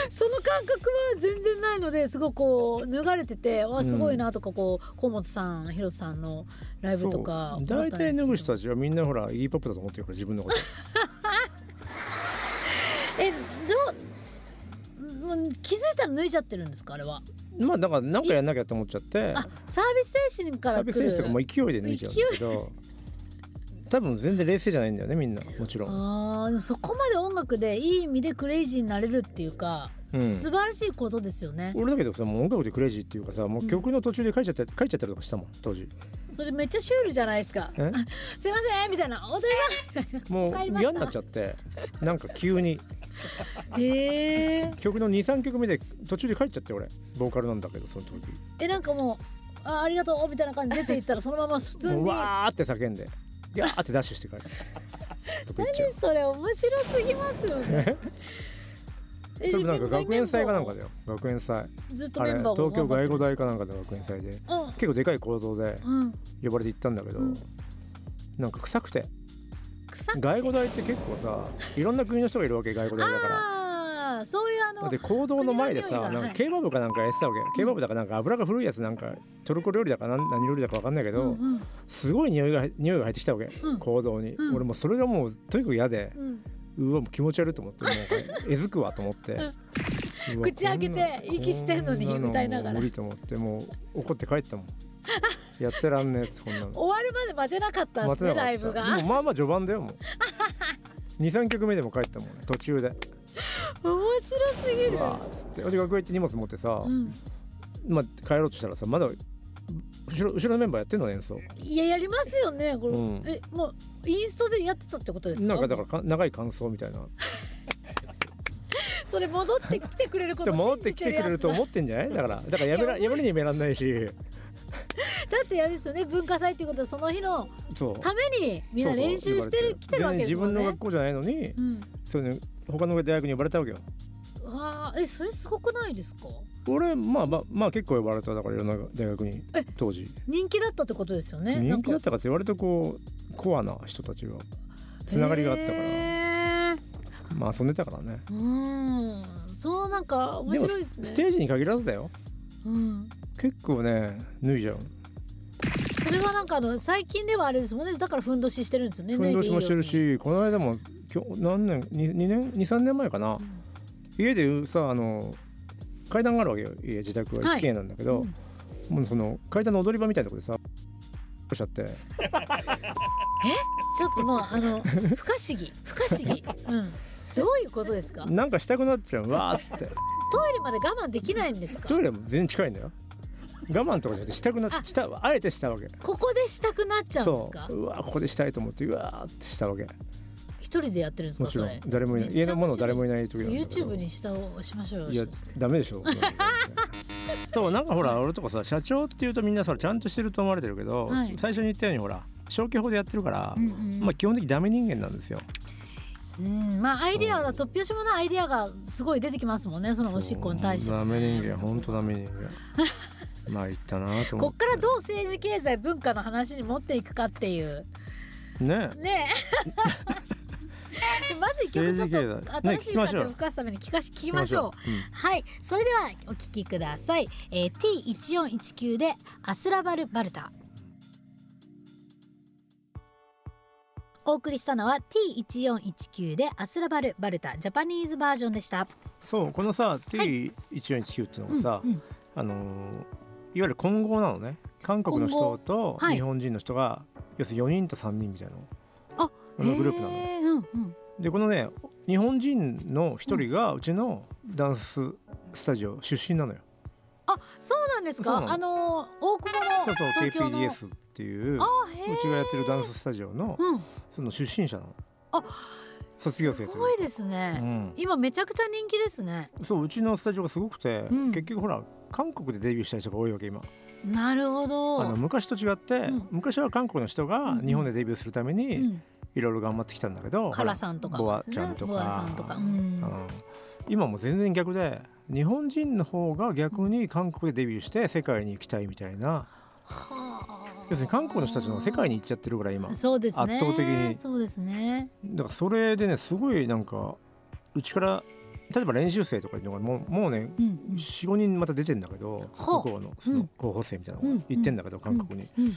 Speaker 2: その感覚は全然ないのですごくこう脱がれててわあすごいなとかこう河本さん広瀬さんのライブとか
Speaker 3: そう大体脱ぐ人
Speaker 2: え
Speaker 3: たちはみんなほらイギーポップだと思ってるから自分のこと
Speaker 2: どうもう気づいたら脱いじゃってるんですかあれは
Speaker 3: まあだから何かやんなきゃと思っちゃって
Speaker 2: あサービス精神か
Speaker 3: サー
Speaker 2: ら
Speaker 3: ビス
Speaker 2: 来
Speaker 3: 選
Speaker 2: る
Speaker 3: 手とかもう勢いで抜いちゃうんだけど多分全然冷静じゃないんだよねみんなもちろん。
Speaker 2: あーでもそこまで音楽でいい意味でクレイジーになれるっていうか、
Speaker 3: うん
Speaker 2: 素晴らしいことですよね
Speaker 3: 俺だけどさもう音楽でクレイジーっていうかさもう曲の途中で書いちゃった書いちゃったりとかしたもん当時
Speaker 2: それめっちゃシュールじゃないです か
Speaker 3: え
Speaker 2: すいませんみたいなお題
Speaker 3: もう
Speaker 2: 帰りました
Speaker 3: 嫌になっちゃってなんか急に
Speaker 2: が へえ
Speaker 3: 曲の23曲目で途中で書いちゃって俺ボーカルなんだけどその時
Speaker 2: えなんかもうあありがとうみたいな感じで出ていったらそのまま普通
Speaker 3: もう
Speaker 2: に
Speaker 3: わーって叫んでギャーってダッシュして帰るとか言っちゃう
Speaker 2: 何それ面白すぎますよ ねえ
Speaker 3: それな
Speaker 2: メ
Speaker 3: ん
Speaker 2: ン
Speaker 3: か
Speaker 2: バー
Speaker 3: 学園祭かなんかだよ学園祭
Speaker 2: ずっと
Speaker 3: あ
Speaker 2: メ
Speaker 3: れ
Speaker 2: ンバー
Speaker 3: 東京外語
Speaker 2: 大
Speaker 3: 大かなんかの学園祭で
Speaker 2: うん
Speaker 3: 結構でかい構造で
Speaker 2: うん
Speaker 3: 呼ばれて行ったんだけど、
Speaker 2: うん
Speaker 3: なんか臭くて
Speaker 2: 臭くて
Speaker 3: 外語大って結構さいろんな国の人がいるわけ外語大だから。
Speaker 2: ああそういうあの
Speaker 3: で行動の前で
Speaker 2: 国の
Speaker 3: さ
Speaker 2: 匂いが
Speaker 3: なん
Speaker 2: は
Speaker 3: か
Speaker 2: い
Speaker 3: k バブかなんかやってたわけ k バブだかなんか油が古いやつなんかトルコ料理だか何何料理だか分かんないけど、
Speaker 2: うんうん
Speaker 3: すごい匂いが匂いが入ってきたわけ、
Speaker 2: うん
Speaker 3: 行動に、
Speaker 2: うん
Speaker 3: 俺もうそれがもうとにかく嫌で
Speaker 2: うん
Speaker 3: うわもう気持ち悪いと 思ってもうえずくわと思って、うわ
Speaker 2: 口開けて
Speaker 3: こんな
Speaker 2: 息してんのに
Speaker 3: こ
Speaker 2: 歌いながら
Speaker 3: もう無理と思ってもう怒って帰ったもんやってらんねえっすこんなの
Speaker 2: 終わるまで待てなかったんですねライブが
Speaker 3: もうまあまあ序盤 だよもう23曲目でも帰ったもんね途中で
Speaker 2: 面白すぎ
Speaker 3: う
Speaker 2: る
Speaker 3: わーっつってで学校行って荷物持ってさ、
Speaker 2: うん
Speaker 3: まあ、帰ろうとしたらさまだ後ろ後ろのメンバーやってんの演奏
Speaker 2: いややりますよねこれ、
Speaker 3: うん
Speaker 2: えもうインストでやってたってことですか
Speaker 3: なんかだからか長い感想みたいな
Speaker 2: それ戻ってきてくれるこ
Speaker 3: で
Speaker 2: と
Speaker 3: も戻ってきてくれると
Speaker 2: 信じ
Speaker 3: 思ってんじゃないだからだからやめらやめるにやめらんないし
Speaker 2: てるやつだだってあれですよね文化祭っていうことはその日の
Speaker 3: そう
Speaker 2: ためにみんな
Speaker 3: そうそう
Speaker 2: 練習してる来てるわけですもん
Speaker 3: 全然自分の
Speaker 2: ね
Speaker 3: 学。校じゃないのに
Speaker 2: うん、
Speaker 3: そういうの他の大学に呼ばれたわけよ
Speaker 2: わあえそれすごくないですか
Speaker 3: 俺まあまあまあ結構呼ばれただからいろんな大学に当時
Speaker 2: 人気だったってことですよね
Speaker 3: 人気だ
Speaker 2: な
Speaker 3: っ
Speaker 2: んか
Speaker 3: たかって割とこうコアな人たちがつながりがあったから
Speaker 2: へー
Speaker 3: まあ遊んでたからね
Speaker 2: うんそうなんか面
Speaker 3: も
Speaker 2: 白いですね
Speaker 3: ステージに限らずだよ
Speaker 2: うん、
Speaker 3: 結構ね脱いじゃう
Speaker 2: それはなんかあの最近ではあれですもんねだからふんどししてるんですよね
Speaker 3: ふんどしもしてる
Speaker 2: 脱いでいいよ
Speaker 3: しこの間も今日何年に二年二三年前かな、
Speaker 2: ん
Speaker 3: 家でさあの階段があるわけよ家自宅は
Speaker 2: はい
Speaker 3: 一軒家なんだけど、
Speaker 2: う
Speaker 3: もうその階段の踊り場みたいなとこでさしちゃって
Speaker 2: うにちょっともうあ の不可思議不可思議、うん、どういうことですかト
Speaker 3: なんかしたくなっちゃうわーっつって
Speaker 2: イレまで我慢できないんですか
Speaker 3: トイレも全然近いんだよ我慢とかじゃなくてしたくな
Speaker 2: あ
Speaker 3: したあえてしたわけ
Speaker 2: ここでしたくなっちゃうんです
Speaker 3: そ
Speaker 2: か
Speaker 3: ううわーここでしたいと思ってうわーってしたわけ
Speaker 2: 一人でやってるんです
Speaker 3: も
Speaker 2: か
Speaker 3: ち
Speaker 2: そ
Speaker 3: ろ
Speaker 2: れ
Speaker 3: ん誰もいない家の者誰もいない時なんだけど
Speaker 2: YouTube にしたをしましょう
Speaker 3: いや
Speaker 2: よ
Speaker 3: ダメで しょそうなんかほら俺とかさ社長っていうとみんなそれちゃんとしてると思われてるけど、
Speaker 2: はい
Speaker 3: 最初に言ったようにほら消去法でやってるから、
Speaker 2: うんうん
Speaker 3: まあ基本的にダメ人間なんですよ。
Speaker 2: うんまあアイディアが突拍子もないアイディアがすごい出てきますもんねそのおしっこに対して
Speaker 3: そうダメ人間
Speaker 2: そう
Speaker 3: 本当ダメ人 間。まあ言ったなと思
Speaker 2: こ
Speaker 3: っ
Speaker 2: っからどう政治経済文化の話に持っていくかっていう
Speaker 3: て。ね
Speaker 2: ね えちょまず一曲ちょっ
Speaker 3: 政治経済
Speaker 2: と新
Speaker 3: ね
Speaker 2: しい風を
Speaker 3: 聞きましょう
Speaker 2: 吹かすために聞かし聞きましょう。
Speaker 3: うん
Speaker 2: はいそれではお聞きください、えー、T1419 でアスラバルバルタお送りしたのは T1419 でアスラバルバルタジャパニーズバージョンでした
Speaker 3: そうこのさ T1419 っていうのがさ、
Speaker 2: うんうん
Speaker 3: あのーいわゆる混合なのね韓国の人と
Speaker 2: 混合はい
Speaker 3: 日本人の人が、要するに4人と3人みたいなの
Speaker 2: あ
Speaker 3: このグループなの
Speaker 2: へえうんうん
Speaker 3: でこのね日本人の一人がうちのダンススタジオ出身なのよ。
Speaker 2: あそうなんです
Speaker 3: そ
Speaker 2: か
Speaker 3: うなの
Speaker 2: あのー大久保
Speaker 3: そう
Speaker 2: の
Speaker 3: そう
Speaker 2: 東京の
Speaker 3: KPDS っていうう
Speaker 2: あへえ
Speaker 3: ちがやってるダンススタジオの
Speaker 2: うん
Speaker 3: その出身者なの。
Speaker 2: あ
Speaker 3: 卒業生
Speaker 2: す
Speaker 3: と
Speaker 2: ごい
Speaker 3: い
Speaker 2: うですね、
Speaker 3: うん
Speaker 2: 今めちゃくちゃ人気ですね
Speaker 3: そううちのスタジオがすごくて、
Speaker 2: うん
Speaker 3: 結局ほら韓国でデビューした人が多いわけ今
Speaker 2: なるほど
Speaker 3: あの昔と違って、
Speaker 2: うん
Speaker 3: 昔は韓国の人
Speaker 2: う
Speaker 3: が
Speaker 2: んうん
Speaker 3: 日本でデビューするため
Speaker 2: う
Speaker 3: に
Speaker 2: ん
Speaker 3: いろいろ頑張ってきたんだけど、
Speaker 2: カラさんとか
Speaker 3: ほら
Speaker 2: で
Speaker 3: ボア
Speaker 2: すね
Speaker 3: ちゃんとか
Speaker 2: ボアさんとか、うん
Speaker 3: うん今もう全然逆で日本人の方が逆に韓国でデビューして世界に行きたいみたいな
Speaker 2: はあ
Speaker 3: 要するに韓国の人たちの世界に行っちゃってるぐらい今だか
Speaker 2: そうですね
Speaker 3: 圧倒的に
Speaker 2: そうですね
Speaker 3: らそれでねすごいなんかうちから例えば練習生とかいうのがもうもうね
Speaker 2: うん
Speaker 3: 45人また出てんだけど
Speaker 2: ほう
Speaker 3: 向こうのその候補生みたいなのが行ってんだけど韓国に、
Speaker 2: うんうん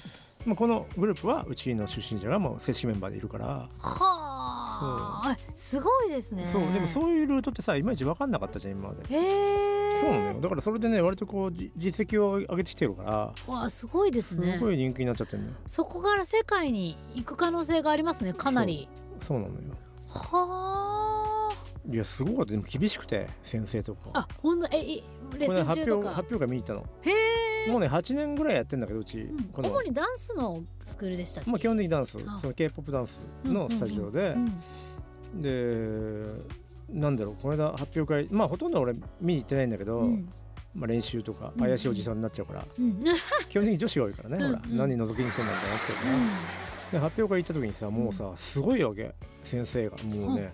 Speaker 3: まあ、このグループはうちの出身者がもう正式メンバーでいるから、
Speaker 2: はあすごいですね
Speaker 3: そうでもそういうルートってさいまいち分かんなかったじゃん今まで。
Speaker 2: へえ
Speaker 3: そうなのよだからそれでね割とこうじ実績を上げてきてるから
Speaker 2: わあすごいです
Speaker 3: す
Speaker 2: ね
Speaker 3: ごい人気になっちゃってるのよ
Speaker 2: そこから世界に行く可能性がありますねかなり
Speaker 3: そうなのよ
Speaker 2: はあ
Speaker 3: いやすごかったでも厳しくて先生とか
Speaker 2: あほんとえいレッ
Speaker 3: これ
Speaker 2: スン
Speaker 3: ね
Speaker 2: 中
Speaker 3: 発
Speaker 2: と
Speaker 3: 表
Speaker 2: か
Speaker 3: 発表会見に行ったの
Speaker 2: へえ
Speaker 3: もうね8年ぐらいやってんだけどうち、
Speaker 2: うん
Speaker 3: この
Speaker 2: 主にダンスのスクールでしたっけ
Speaker 3: まあ、基本的にダンス
Speaker 2: あ
Speaker 3: その k p o p ダンスのスタジオで
Speaker 2: う、ん
Speaker 3: でなんだろうこの間発表会まあほとんど俺見に行ってないんだけど、
Speaker 2: うん
Speaker 3: まあ、練習とか
Speaker 2: うん
Speaker 3: 怪しいおじさんになっちゃうから、
Speaker 2: うんうん
Speaker 3: 基本的に女子が多いからね、
Speaker 2: うん
Speaker 3: ほら
Speaker 2: うん
Speaker 3: 何覗きに来てんだみたいになっちゃうから、で発表会行った時にさもうさすごいわけ先生がもうね、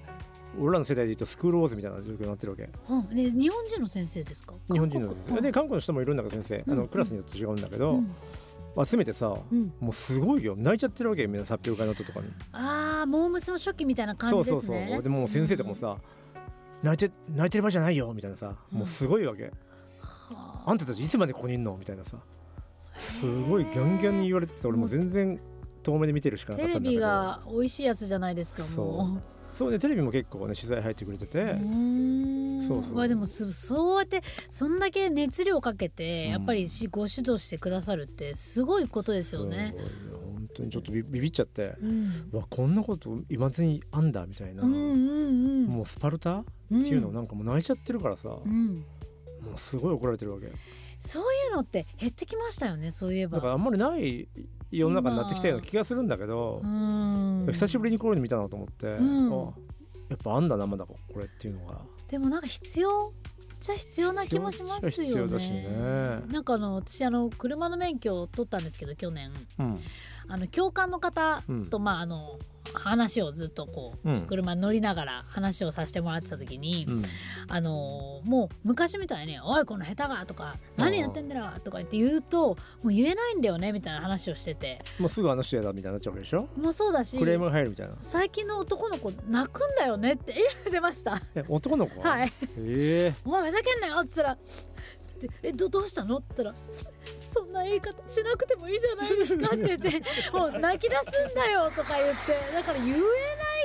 Speaker 3: 俺らの世代で言うとスクールウォーズみたいな状況になってるわけ
Speaker 2: うんで日本人の先生ですか
Speaker 3: 日本人の
Speaker 2: 韓
Speaker 3: 先
Speaker 2: 国
Speaker 3: 生で韓国の人もいるんだけど先生
Speaker 2: う
Speaker 3: あの
Speaker 2: ん
Speaker 3: クラスによって違うんだけ
Speaker 2: う
Speaker 3: ど
Speaker 2: ん
Speaker 3: 集めてさも
Speaker 2: うん
Speaker 3: うすごいよ泣いちゃってるわけよみんな発表会の後とかに
Speaker 2: ああモームスの初期みたいな感じ
Speaker 3: そう
Speaker 2: ですね
Speaker 3: そうそうでもう先生とかもさ泣いて泣いてる場合じゃないよみたいなさもうすごいわけ
Speaker 2: はあ
Speaker 3: あんたたちいつまでここにいんのみたいなさすごいギャンギャンに言われてて俺もう全然遠目で見てるしかな
Speaker 2: テ
Speaker 3: かっ
Speaker 2: レ
Speaker 3: たんだ
Speaker 2: ビ
Speaker 3: けど
Speaker 2: が美味しいやつじゃないですかも
Speaker 3: そうねテレビも結構ね取材入ってくれて
Speaker 2: うう
Speaker 3: て
Speaker 2: ーん
Speaker 3: そうそう
Speaker 2: わでもすそうやってそんだけ熱量かけて、
Speaker 3: うん
Speaker 2: やっぱりしご指導してくださるってすごいことですよね
Speaker 3: そういや本当にちょっとビビビっちゃって
Speaker 2: うん
Speaker 3: わこんなこと今全にあんだみたいな、
Speaker 2: うんうんうん
Speaker 3: もうスパルタっていうのをなんかもう泣いちゃってるからさ、
Speaker 2: う
Speaker 3: も
Speaker 2: ん
Speaker 3: うすごい怒られてるわけ
Speaker 2: そういうのって減ってきましたよねそういえ
Speaker 3: だから
Speaker 2: ば
Speaker 3: あんまりない世の中になってきたような気がするんだけど、
Speaker 2: うん
Speaker 3: 久しぶりにこういうの見たなと思って、
Speaker 2: ん
Speaker 3: あやっぱあんだなまだこれっていうのが
Speaker 2: でもなんか必要じゃ必要な気もしますよね。
Speaker 3: 必要だしね
Speaker 2: なんかあの私あの車の免許を取ったんですけど去年
Speaker 3: うん
Speaker 2: あの教官の方と、
Speaker 3: う
Speaker 2: まああの話をずっとこう。
Speaker 3: うん
Speaker 2: 車に乗りながら話をさせてもらってた時に、
Speaker 3: うん
Speaker 2: あのーもう昔みたいに「おいこの下手が」とか「
Speaker 3: うん
Speaker 2: 何やってんだよ」とか言って言うともう言えないんだよねみたいな話をしてて
Speaker 3: もうすぐあの人やだみたいになっちゃうわけでしょ
Speaker 2: もうそうだし
Speaker 3: クレームが入るみたいな
Speaker 2: 最近の男の子泣くんだよねって 言われてました。
Speaker 3: え男の子
Speaker 2: はい
Speaker 3: え
Speaker 2: お前ふざけんなよっつったらつって「えどどうしたの?」って言ったら「そんな言い方しなくてもいいじゃないですか」って言 って「もう泣き出すんだよ」とか言ってだから言えない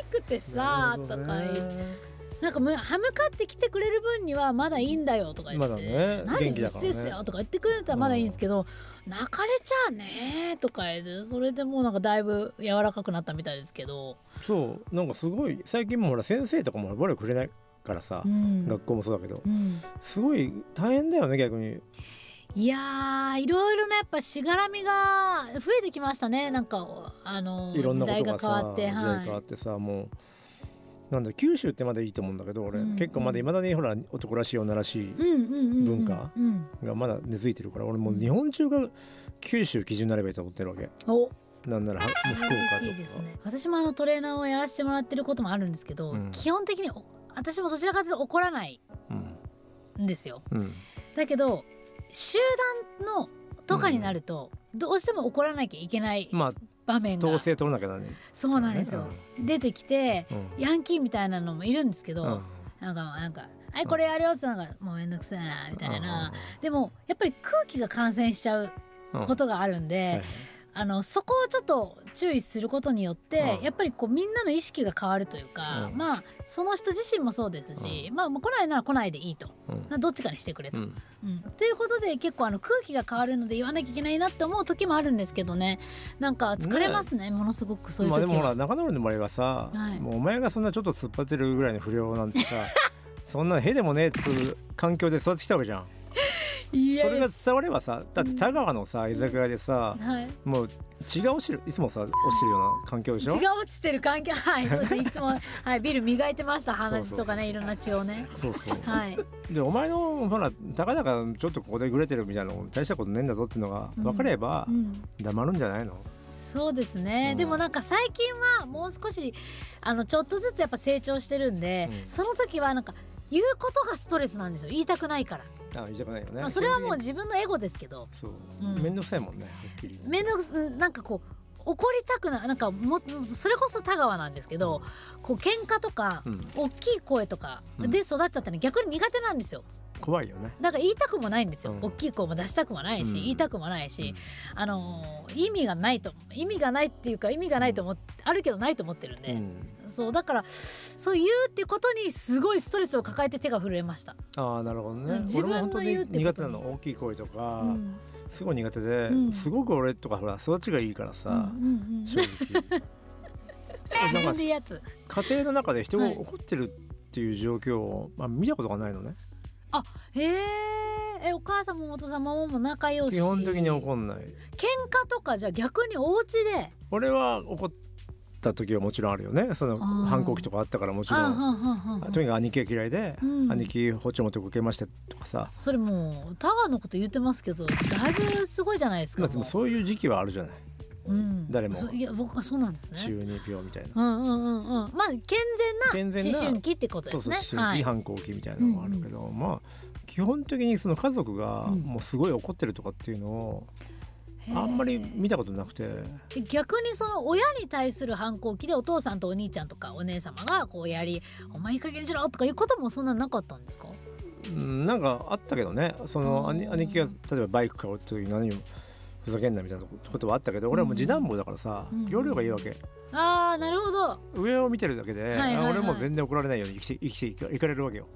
Speaker 2: くて
Speaker 3: え
Speaker 2: さ、とか言ってなんかもう歯向かってきてくれる分にはまだいいんだよとか言って。
Speaker 3: まだね
Speaker 2: 何
Speaker 3: 元気
Speaker 2: うっ
Speaker 3: だから
Speaker 2: せ
Speaker 3: ね
Speaker 2: っすよとか言ってくれたらまだいいんですけど、泣かれちゃうねとか言ってそれでもうなんかだいぶ柔らかくなったみたいですけど、
Speaker 3: そうなんかすごい最近もほら先生とかも暴力くれないからさ、
Speaker 2: うん
Speaker 3: 学校もそうだけど
Speaker 2: うん、
Speaker 3: すごい大変だよね逆に
Speaker 2: いやーいろいろなやっぱしがらみが増えてきましたねなんかあの
Speaker 3: いろんなことが
Speaker 2: 時代が
Speaker 3: さ
Speaker 2: 変わって
Speaker 3: 時代変わ
Speaker 2: は
Speaker 3: ってさもうなんだ九州ってまだいいと思うんだけど俺、
Speaker 2: うん
Speaker 3: 結構まだいまだにほら男らしい女らしい
Speaker 2: い、うんうんうんうん、
Speaker 3: 文化
Speaker 2: うん、
Speaker 3: がまだ根付いてるから俺もう日本中が九州基準になればいいと思ってるわけ
Speaker 2: お
Speaker 3: なんならはもう福
Speaker 2: いい
Speaker 3: 岡
Speaker 2: で
Speaker 3: と
Speaker 2: す
Speaker 3: か、
Speaker 2: ね私もあのトレーナーをやらせてもらってることもあるんですけど、
Speaker 3: うん
Speaker 2: 基本的にお私もどちらかというと怒らない
Speaker 3: うん
Speaker 2: んですよ
Speaker 3: うん
Speaker 2: だけど集団のとかになると、どうしても怒らなきゃいけない
Speaker 3: まあ
Speaker 2: 場面が
Speaker 3: 統制取らなきゃならない
Speaker 2: そうなんですよ、出てきて
Speaker 3: うん
Speaker 2: ヤンキーみたいなのもいるんですけど、
Speaker 3: うん
Speaker 2: なんかなんか「はいこれやるよ」ってなんか「もうめんどくせえな」みたいな、でもやっぱり空気が感染しちゃう
Speaker 3: うん
Speaker 2: ことがあるんで、
Speaker 3: はいはい
Speaker 2: あのそこをちょっと注意することによって、
Speaker 3: うん
Speaker 2: やっぱりこうみんなの意識が変わるというか、
Speaker 3: うん
Speaker 2: まあその人自身もそうですし、まあもう来ないなら来ないでいいと
Speaker 3: うん
Speaker 2: どっちかにしてくれ
Speaker 3: う
Speaker 2: と。
Speaker 3: ん
Speaker 2: うんということで結構あの空気が変わるので言わなきゃいけないなって思う時もあるんですけどねなんか疲れますねものすごくそういう
Speaker 3: まあでも
Speaker 2: 時
Speaker 3: ほ
Speaker 2: は。
Speaker 3: ら中野の場合はさ、
Speaker 2: はい
Speaker 3: もうお前がそんなちょっと突っ張ってるぐらいの不良なんて さそんなへでもねえっつう環境で育ってきたわけじゃん
Speaker 2: いやい
Speaker 3: それ
Speaker 2: や
Speaker 3: が伝わればさだって田川のさ居酒屋でさ
Speaker 2: はい
Speaker 3: もう血が落ちるいつもさ落ちてるような環境でしょ
Speaker 2: 血が落ちてる環境 はいそうですねいつも、はい、ビール磨いてました鼻血とか
Speaker 3: そうそうそ
Speaker 2: ね
Speaker 3: う
Speaker 2: いろんな血をね
Speaker 3: そうそう
Speaker 2: はい
Speaker 3: でお前のほらたかだかちょっとここでぐれてるみたいなの大したことねえんだぞっていうのが分かれば
Speaker 2: うん
Speaker 3: 黙るんじゃないの、
Speaker 2: そうですね、
Speaker 3: うん
Speaker 2: でもなんか最近はもう少しあのちょっとずつやっぱ成長してるんで、
Speaker 3: うん
Speaker 2: その時はなんか言うことがストレスなんですよ言いたくないから、
Speaker 3: あ言いたくないよね、
Speaker 2: まあ、それはもう
Speaker 3: 全然
Speaker 2: 自分のエゴですけど
Speaker 3: そう
Speaker 2: うん
Speaker 3: 面倒、くさいもんねはっきり言って
Speaker 2: めんどくすなんかこう怒りたくないなんかもそれこそ田川なんですけど、こう喧嘩とか、
Speaker 3: うん
Speaker 2: 大きい声とかで育っちゃったら逆に苦手なんですよ
Speaker 3: 怖いよね
Speaker 2: だから言いたくもないんですよ、
Speaker 3: うん
Speaker 2: 大きい声も出したくもないし、
Speaker 3: うん
Speaker 2: 言いたくもないし、あのー意味がないと意味がないっていうか意味がないと思っあるけどないと思ってるんで、
Speaker 3: うん
Speaker 2: そうだからそう言うってことにすごいストレスを抱えて手が震えました。
Speaker 3: ああなるほどね
Speaker 2: 自分の
Speaker 3: 俺も本当に
Speaker 2: 言うってことに
Speaker 3: 苦手なの大きい声とか、
Speaker 2: うん
Speaker 3: すごい苦手で、
Speaker 2: ん
Speaker 3: すごく俺とかほら育ちがいいからさ、
Speaker 2: うんうんうん
Speaker 3: 正直
Speaker 2: 自
Speaker 3: な
Speaker 2: 分
Speaker 3: ん
Speaker 2: で
Speaker 3: か
Speaker 2: 言うやつ。
Speaker 3: 家庭の中で人が
Speaker 2: はい
Speaker 3: 怒ってるっていう状況を、まあ、見たことがないのね
Speaker 2: へえ。えお母様もお父様ももう仲良し。
Speaker 3: 基本的に
Speaker 2: 喧
Speaker 3: 怒んない
Speaker 2: 嘩とかじゃあ逆にお家で。
Speaker 3: 俺は怒った時はもちろんあるよねその
Speaker 2: あー
Speaker 3: 反抗期とかあったからもちろ
Speaker 2: あ
Speaker 3: ん
Speaker 2: はんはんはんはん
Speaker 3: とにかく兄貴が嫌いで、
Speaker 2: うん
Speaker 3: 兄貴包丁持って受けましてとかさ
Speaker 2: それもうタガのこと言ってますけどだいぶすごいじゃないです
Speaker 3: だ
Speaker 2: か。
Speaker 3: ってもう
Speaker 2: もう
Speaker 3: そういう時期はあるじゃない
Speaker 2: うん
Speaker 3: 誰も
Speaker 2: そいや僕はそうなんですね。
Speaker 3: 中二病みたいな、
Speaker 2: うんうんうんうん。まあ健
Speaker 3: 健全
Speaker 2: 全
Speaker 3: な
Speaker 2: な思春期ってことで
Speaker 3: そう
Speaker 2: す
Speaker 3: そ
Speaker 2: ね。
Speaker 3: う思春期反抗期みたいなのがあるけど、まあ基本的にその家族が
Speaker 2: うん
Speaker 3: もうすごい怒ってるとかっていうのをあんまり見たことなくて、
Speaker 2: 逆にその親に対する反抗期でお父さんとお兄ちゃんとかお姉様がこうやり「お前いい加減にしろ!」とかいうこともそんななかったんですか
Speaker 3: うん、なんかあったけどねその
Speaker 2: うん
Speaker 3: 兄兄貴が例えばバイク買うという何もふざけんなみたいなことはあったけど俺はもう次男坊だからさ、
Speaker 2: うん
Speaker 3: 容量がいいわけ
Speaker 2: あーなるほどは
Speaker 3: 上を見てるだけで、
Speaker 2: いはいはい
Speaker 3: 俺も全然怒られないように生きて生きていかいかれるわけよ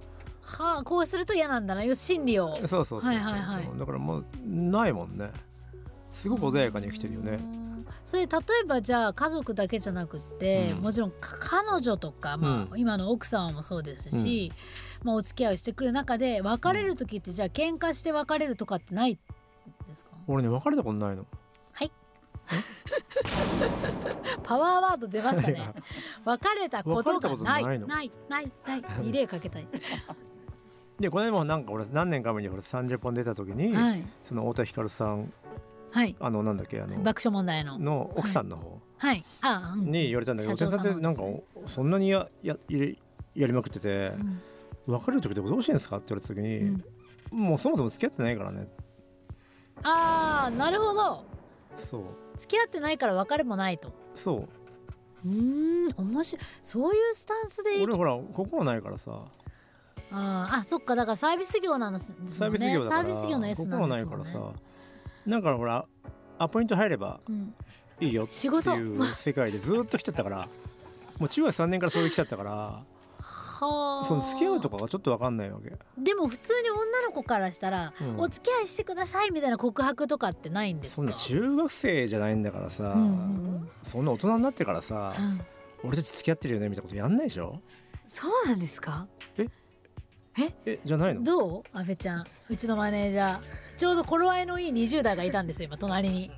Speaker 2: あこうすると嫌なんだないう心理を
Speaker 3: そうそうそうそう、
Speaker 2: はいはいはい
Speaker 3: だからもうないもんねすごく穏やかに生きてるよね
Speaker 2: うんそれ例えばじゃあ家族だけじゃなくって、
Speaker 3: うん
Speaker 2: もちろんか彼女とか、まあ
Speaker 3: う
Speaker 2: 今の奥さんもそうですし、まあ、お付き合いをしてくる中で別れる時ってじゃあ喧嘩して別れるとかってないんですか
Speaker 3: 俺ね別れたことないの
Speaker 2: パワーワード出ました
Speaker 3: い
Speaker 2: ね
Speaker 3: や。
Speaker 2: 別れたことがない。な
Speaker 3: 別れたことない
Speaker 2: い、
Speaker 3: の
Speaker 2: ない、ない、 リレーかけたい。
Speaker 3: でこの間もなんか俺何年か前にほら30本出た時に、
Speaker 2: はい。
Speaker 3: その太田光さん
Speaker 2: はい。
Speaker 3: あのなんだっけあの
Speaker 2: 爆笑問題の。
Speaker 3: の奥さんの方
Speaker 2: はい。あ、うん。
Speaker 3: に言われたんだけど、
Speaker 2: 社
Speaker 3: お
Speaker 2: 長さん
Speaker 3: 客さんってなんか
Speaker 2: の
Speaker 3: そんなにやや入れやりまくってて
Speaker 2: うん
Speaker 3: 別れる時ってどうしてんですかって言われた時に、
Speaker 2: うん
Speaker 3: もうそもそも付き合ってないからね
Speaker 2: ああ、なるほど。
Speaker 3: そう
Speaker 2: 付き合ってないから別れもないと。
Speaker 3: そ
Speaker 2: う
Speaker 3: う
Speaker 2: ーん、面白い。そういうスタンスで生
Speaker 3: 俺
Speaker 2: き。
Speaker 3: ほら心ないからさ
Speaker 2: あーあ、そっか、だからサービス業なのですもんね。
Speaker 3: サービス業だから、
Speaker 2: サービス業の S な
Speaker 3: 心
Speaker 2: んです
Speaker 3: ない
Speaker 2: も
Speaker 3: か
Speaker 2: ん
Speaker 3: ら
Speaker 2: ね。
Speaker 3: さだからほらアポイント入れば
Speaker 2: うん。
Speaker 3: いいよって
Speaker 2: 仕
Speaker 3: い
Speaker 2: 事
Speaker 3: う世界でずっと来ちゃったからもう中学3年からそれで来ちゃったから
Speaker 2: はあ。
Speaker 3: その付き合うとかがちょっと分かんないわけ
Speaker 2: でも普通に女の子からしたら、
Speaker 3: うん
Speaker 2: お付き合いしてくださいみたいな告白とかってないんですか
Speaker 3: そんな中学生じゃないんだからさ、
Speaker 2: うんうんうん
Speaker 3: そんな大人になってからさ、
Speaker 2: うん
Speaker 3: 俺たち付き合ってるよねみたいなことやんないでしょ
Speaker 2: そうなんですか
Speaker 3: えじゃないの
Speaker 2: どう阿部ちゃんうちのマネージャーちょうど頃合いのいい20代がいたんですよ今隣に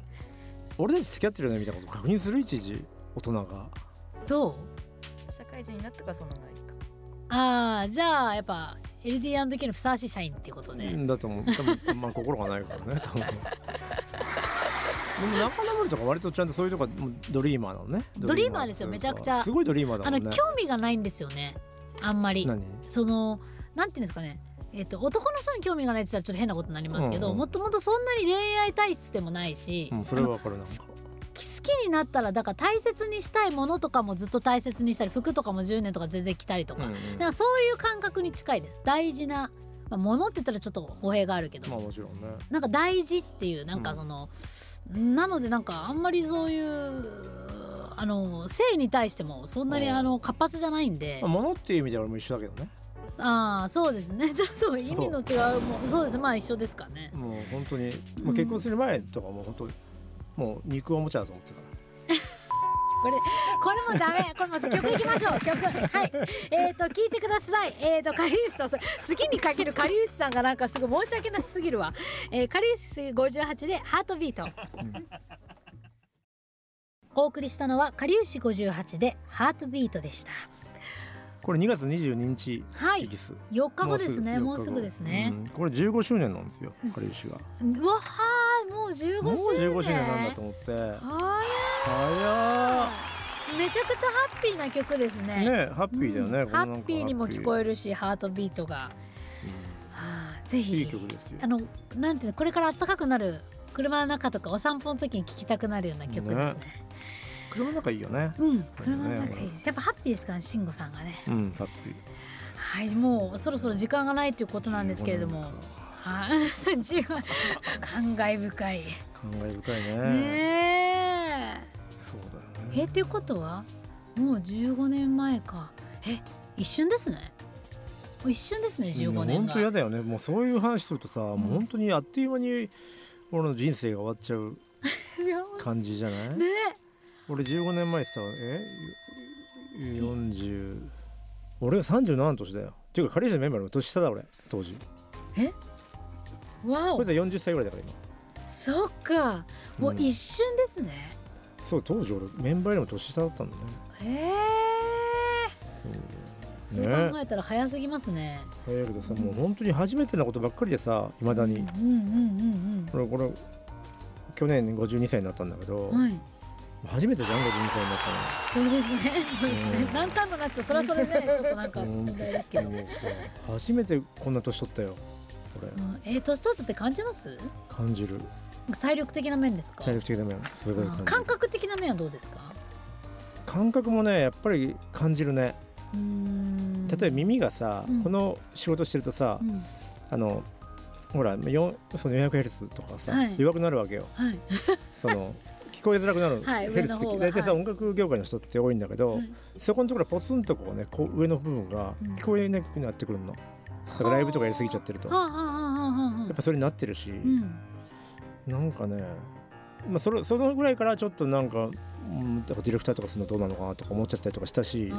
Speaker 3: 俺たち付き合ってるよねみたいなこと確認するいちいち大人が
Speaker 2: どう
Speaker 4: 社会人になってからそんなのないか
Speaker 2: ああじゃあやっぱ LD&K のふさわしい社員ってことで、
Speaker 3: うんだと思う多分まあ心がないからね多分でも中野森とか割とちゃんとそういうとこはもうドリーマーなのね
Speaker 2: ドリーマーですよ
Speaker 3: とい
Speaker 2: め
Speaker 3: うか
Speaker 2: ちゃくちゃ
Speaker 3: すごいドリーマーだ
Speaker 2: あ
Speaker 3: も
Speaker 2: の
Speaker 3: んね
Speaker 2: 興味がないんですよねあんまり
Speaker 3: 何
Speaker 2: そのなんていうんですかねえっと男の人に興味がないって言ったらちょっと変なことになりますけど、
Speaker 3: うんうん
Speaker 2: もともとそんなに恋愛体質でもないし、
Speaker 3: うんそれは分かるなんか
Speaker 2: 好きになったらだから大切にしたいものとかもずっと大切にしたり服とかも10年とか全然着たりとか、
Speaker 3: うんうん
Speaker 2: だからそういう感覚に近いです大事な、まあ、ものって言ったらちょっと語弊があるけど、
Speaker 3: まあもちろんね
Speaker 2: なんか大事っていうなんか
Speaker 3: うん
Speaker 2: その、なのでなんかあんまりそういうあの性に対してもそんなに
Speaker 3: うん
Speaker 2: あの活発じゃないんで、
Speaker 3: まあ物っていう意味では俺も一緒だけどね
Speaker 2: ああそうですね ちょっと意味の違うもうそうですねまあ一緒ですかね。
Speaker 3: もう本当に、まあ、結婚する前とかも本当にもう肉おもちゃだと思ってたから
Speaker 2: これこれもダ メこれも曲いきましょう曲 はいえっ、と聞いてくださいえっ、と狩内さんそう次にかける狩内さんがなんかすごい申し訳なさすぎるわ、えー、狩内58で「ハートビート」お送りしたのは狩内58で「ハートビート」でした
Speaker 3: これ2月22日
Speaker 2: は
Speaker 3: イ
Speaker 2: い
Speaker 3: ギリス
Speaker 2: 4日後ですねも
Speaker 3: も
Speaker 2: う
Speaker 3: う
Speaker 2: す
Speaker 3: す
Speaker 2: ぐ
Speaker 3: ぐ
Speaker 2: ですね
Speaker 3: う、んこれ15周年なんですよ彼氏が
Speaker 2: うわーもう15周年
Speaker 3: もう15周年なんだと思って
Speaker 2: はい
Speaker 3: 早
Speaker 2: めちゃくちゃハッピーな曲です
Speaker 3: ーねハッピーだよね、
Speaker 2: うんハッピーにも聞こ
Speaker 3: え
Speaker 2: えるしハートビートが、ああぜひ
Speaker 3: いい曲ですよ
Speaker 2: あのなんていうのこれから暖かくなる車の中とかお散歩の時に聴きたくなるような曲ですね
Speaker 3: ね車の中いいよね
Speaker 2: うん
Speaker 3: これね
Speaker 2: 車の中いいですやっぱハッピーですからね慎吾さんがね
Speaker 3: うんハッピー
Speaker 2: はいもうそろそろ時間がないということなんですけれども
Speaker 3: 15年
Speaker 2: はい 自分感慨深い
Speaker 3: 感慨深いね
Speaker 2: ね
Speaker 3: そう
Speaker 2: え
Speaker 3: だ
Speaker 2: え
Speaker 3: よね
Speaker 2: っていうことはもう15年前かえ一瞬ですねもう一瞬ですね15
Speaker 3: いや
Speaker 2: 年
Speaker 3: 本当嫌
Speaker 2: が
Speaker 3: だよねもうそういう話するとさ、もう本当にあっという間に俺の人生が終わっちゃう
Speaker 2: いや
Speaker 3: 感じじゃない
Speaker 2: ね
Speaker 3: 俺15年前ってさえ40俺が37の年だよっていうか彼氏のメンバーの年下だ俺当時
Speaker 2: えわ
Speaker 3: こ
Speaker 2: お
Speaker 3: れで40歳ぐらいだから今
Speaker 2: そっかもう
Speaker 3: うん
Speaker 2: 一瞬ですね、
Speaker 3: そう当時俺メンバーよりも年下だったんだね
Speaker 2: へえそう
Speaker 3: ね
Speaker 2: 考えたら早すぎますね。
Speaker 3: だけどさもう本当に初めてなことばっかりでさいまだ
Speaker 2: う
Speaker 3: に
Speaker 2: んうんうん
Speaker 3: 俺これ去年52歳になったんだけど、
Speaker 2: うん。はい。
Speaker 3: 初めてジャンゴ人生になっ
Speaker 2: そうですね。そうですね
Speaker 3: う。ん
Speaker 2: 何回もなってそれはそれね、ちょっとなん
Speaker 3: た
Speaker 2: か
Speaker 3: の
Speaker 2: 問題ですけど。
Speaker 3: う
Speaker 2: うんん
Speaker 3: 初めてこんな年取ったよこれ
Speaker 2: えー、年取ったって感じます？
Speaker 3: 感じる
Speaker 2: 体力的な面ですか？
Speaker 3: 体力的な面すごい感じ
Speaker 2: あ
Speaker 3: る
Speaker 2: 感覚的な面はどうですか？
Speaker 3: 感覚もねやっぱり感じるね
Speaker 2: うーん
Speaker 3: 例えば、耳がさ、
Speaker 2: うん
Speaker 3: この仕事してるとさ、
Speaker 2: うん、
Speaker 3: あのほらよんその 400Hz とかさ、
Speaker 2: はい
Speaker 3: 弱くなるわけよ
Speaker 2: はい、
Speaker 3: そ の聞こえづらくなる、
Speaker 2: はい
Speaker 3: ヘルス
Speaker 2: 上の
Speaker 3: っ
Speaker 2: 方
Speaker 3: て
Speaker 2: が
Speaker 3: 大体さ、
Speaker 2: はい
Speaker 3: 音楽業界の人って多いんだけど、
Speaker 2: はい
Speaker 3: そこのところポツンとこうねこう上の部分が
Speaker 2: うん
Speaker 3: 聞こえなくなってくるの、だからライブとかやりすぎちゃってると、
Speaker 2: はあはあはあはあはあ
Speaker 3: やっぱそれになってるし、
Speaker 2: うん、
Speaker 3: なんかね、まあ、それそのぐらいからちょっとなんか,、うん、だからディレクターとかするのどうなのかなとか思っちゃったりとかしたしあ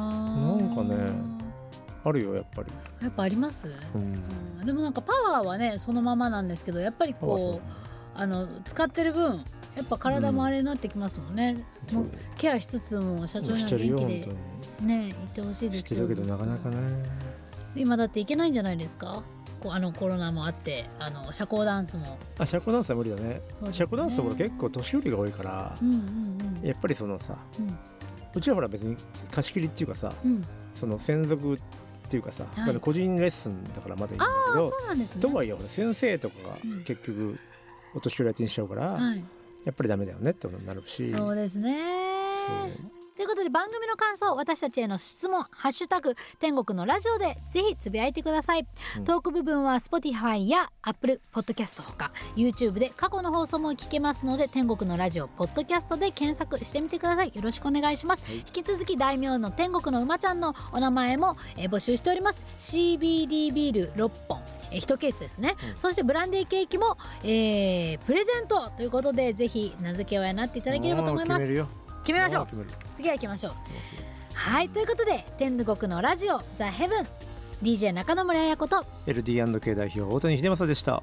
Speaker 2: あー
Speaker 3: なんかねるよやっぱり。
Speaker 2: やっぱあります、
Speaker 3: うん
Speaker 2: うん、でもなんかパワーはねそのままなんですけどやっぱり
Speaker 3: パワー
Speaker 2: こうあの使ってる分やっぱ体もあれになってきますもんね、
Speaker 3: そ
Speaker 2: も
Speaker 3: う
Speaker 2: うケアしつつも社長に
Speaker 3: し
Speaker 2: は
Speaker 3: てるよ
Speaker 2: 元気
Speaker 3: 本
Speaker 2: で
Speaker 3: 当に
Speaker 2: ねいてほしいです
Speaker 3: してるけどなかなかね
Speaker 2: 今だって行けないんじゃないですかこうあのコロナもあってあの社交ダンスも
Speaker 3: あ社交ダンスは無理だね
Speaker 2: そうですね
Speaker 3: 社交ダンスは俺結構年寄りが多いから
Speaker 2: うんうんうん
Speaker 3: やっぱりそのさ
Speaker 2: うん
Speaker 3: うちはほら別に貸し切りっていうかさ
Speaker 2: うん
Speaker 3: その専属っていうかさ、
Speaker 2: い
Speaker 3: まだ個人レッスンだからまだいいんだけ
Speaker 2: そ
Speaker 3: ど
Speaker 2: うなんですね
Speaker 3: とはいえほら先生とかが
Speaker 2: うん
Speaker 3: 結局お年寄り相手にしちゃうから、
Speaker 2: はい
Speaker 3: やっぱりダメだよねってことになるし
Speaker 2: そうです
Speaker 3: そう
Speaker 2: ねということで番組の感想私たちへの質問「ハッシュタグ天国のラジオ」でぜひつぶやいてください、
Speaker 3: うん
Speaker 2: トーク部分は Spotify や Apple Podcast ほか YouTube で過去の放送も聞けますので天国のラジオポッドキャストで検索してみてくださいよろしくお願いします、
Speaker 3: はい
Speaker 2: 引き続き大名の天国の馬ちゃんのお名前も、えー募集しております CBD ビール6本、えー、1ケースですね、
Speaker 3: うん
Speaker 2: そしてブランデーケーキも、えープレゼントということでぜひ名付け親になっていただければと思いま
Speaker 3: もう決
Speaker 2: す
Speaker 3: めるよ
Speaker 2: 決めましょう
Speaker 3: もう決める
Speaker 2: 次は行きましょうはいということで天国のラジオザヘブン DJ 中野村彩子と
Speaker 3: LD&K 代表大谷秀正でした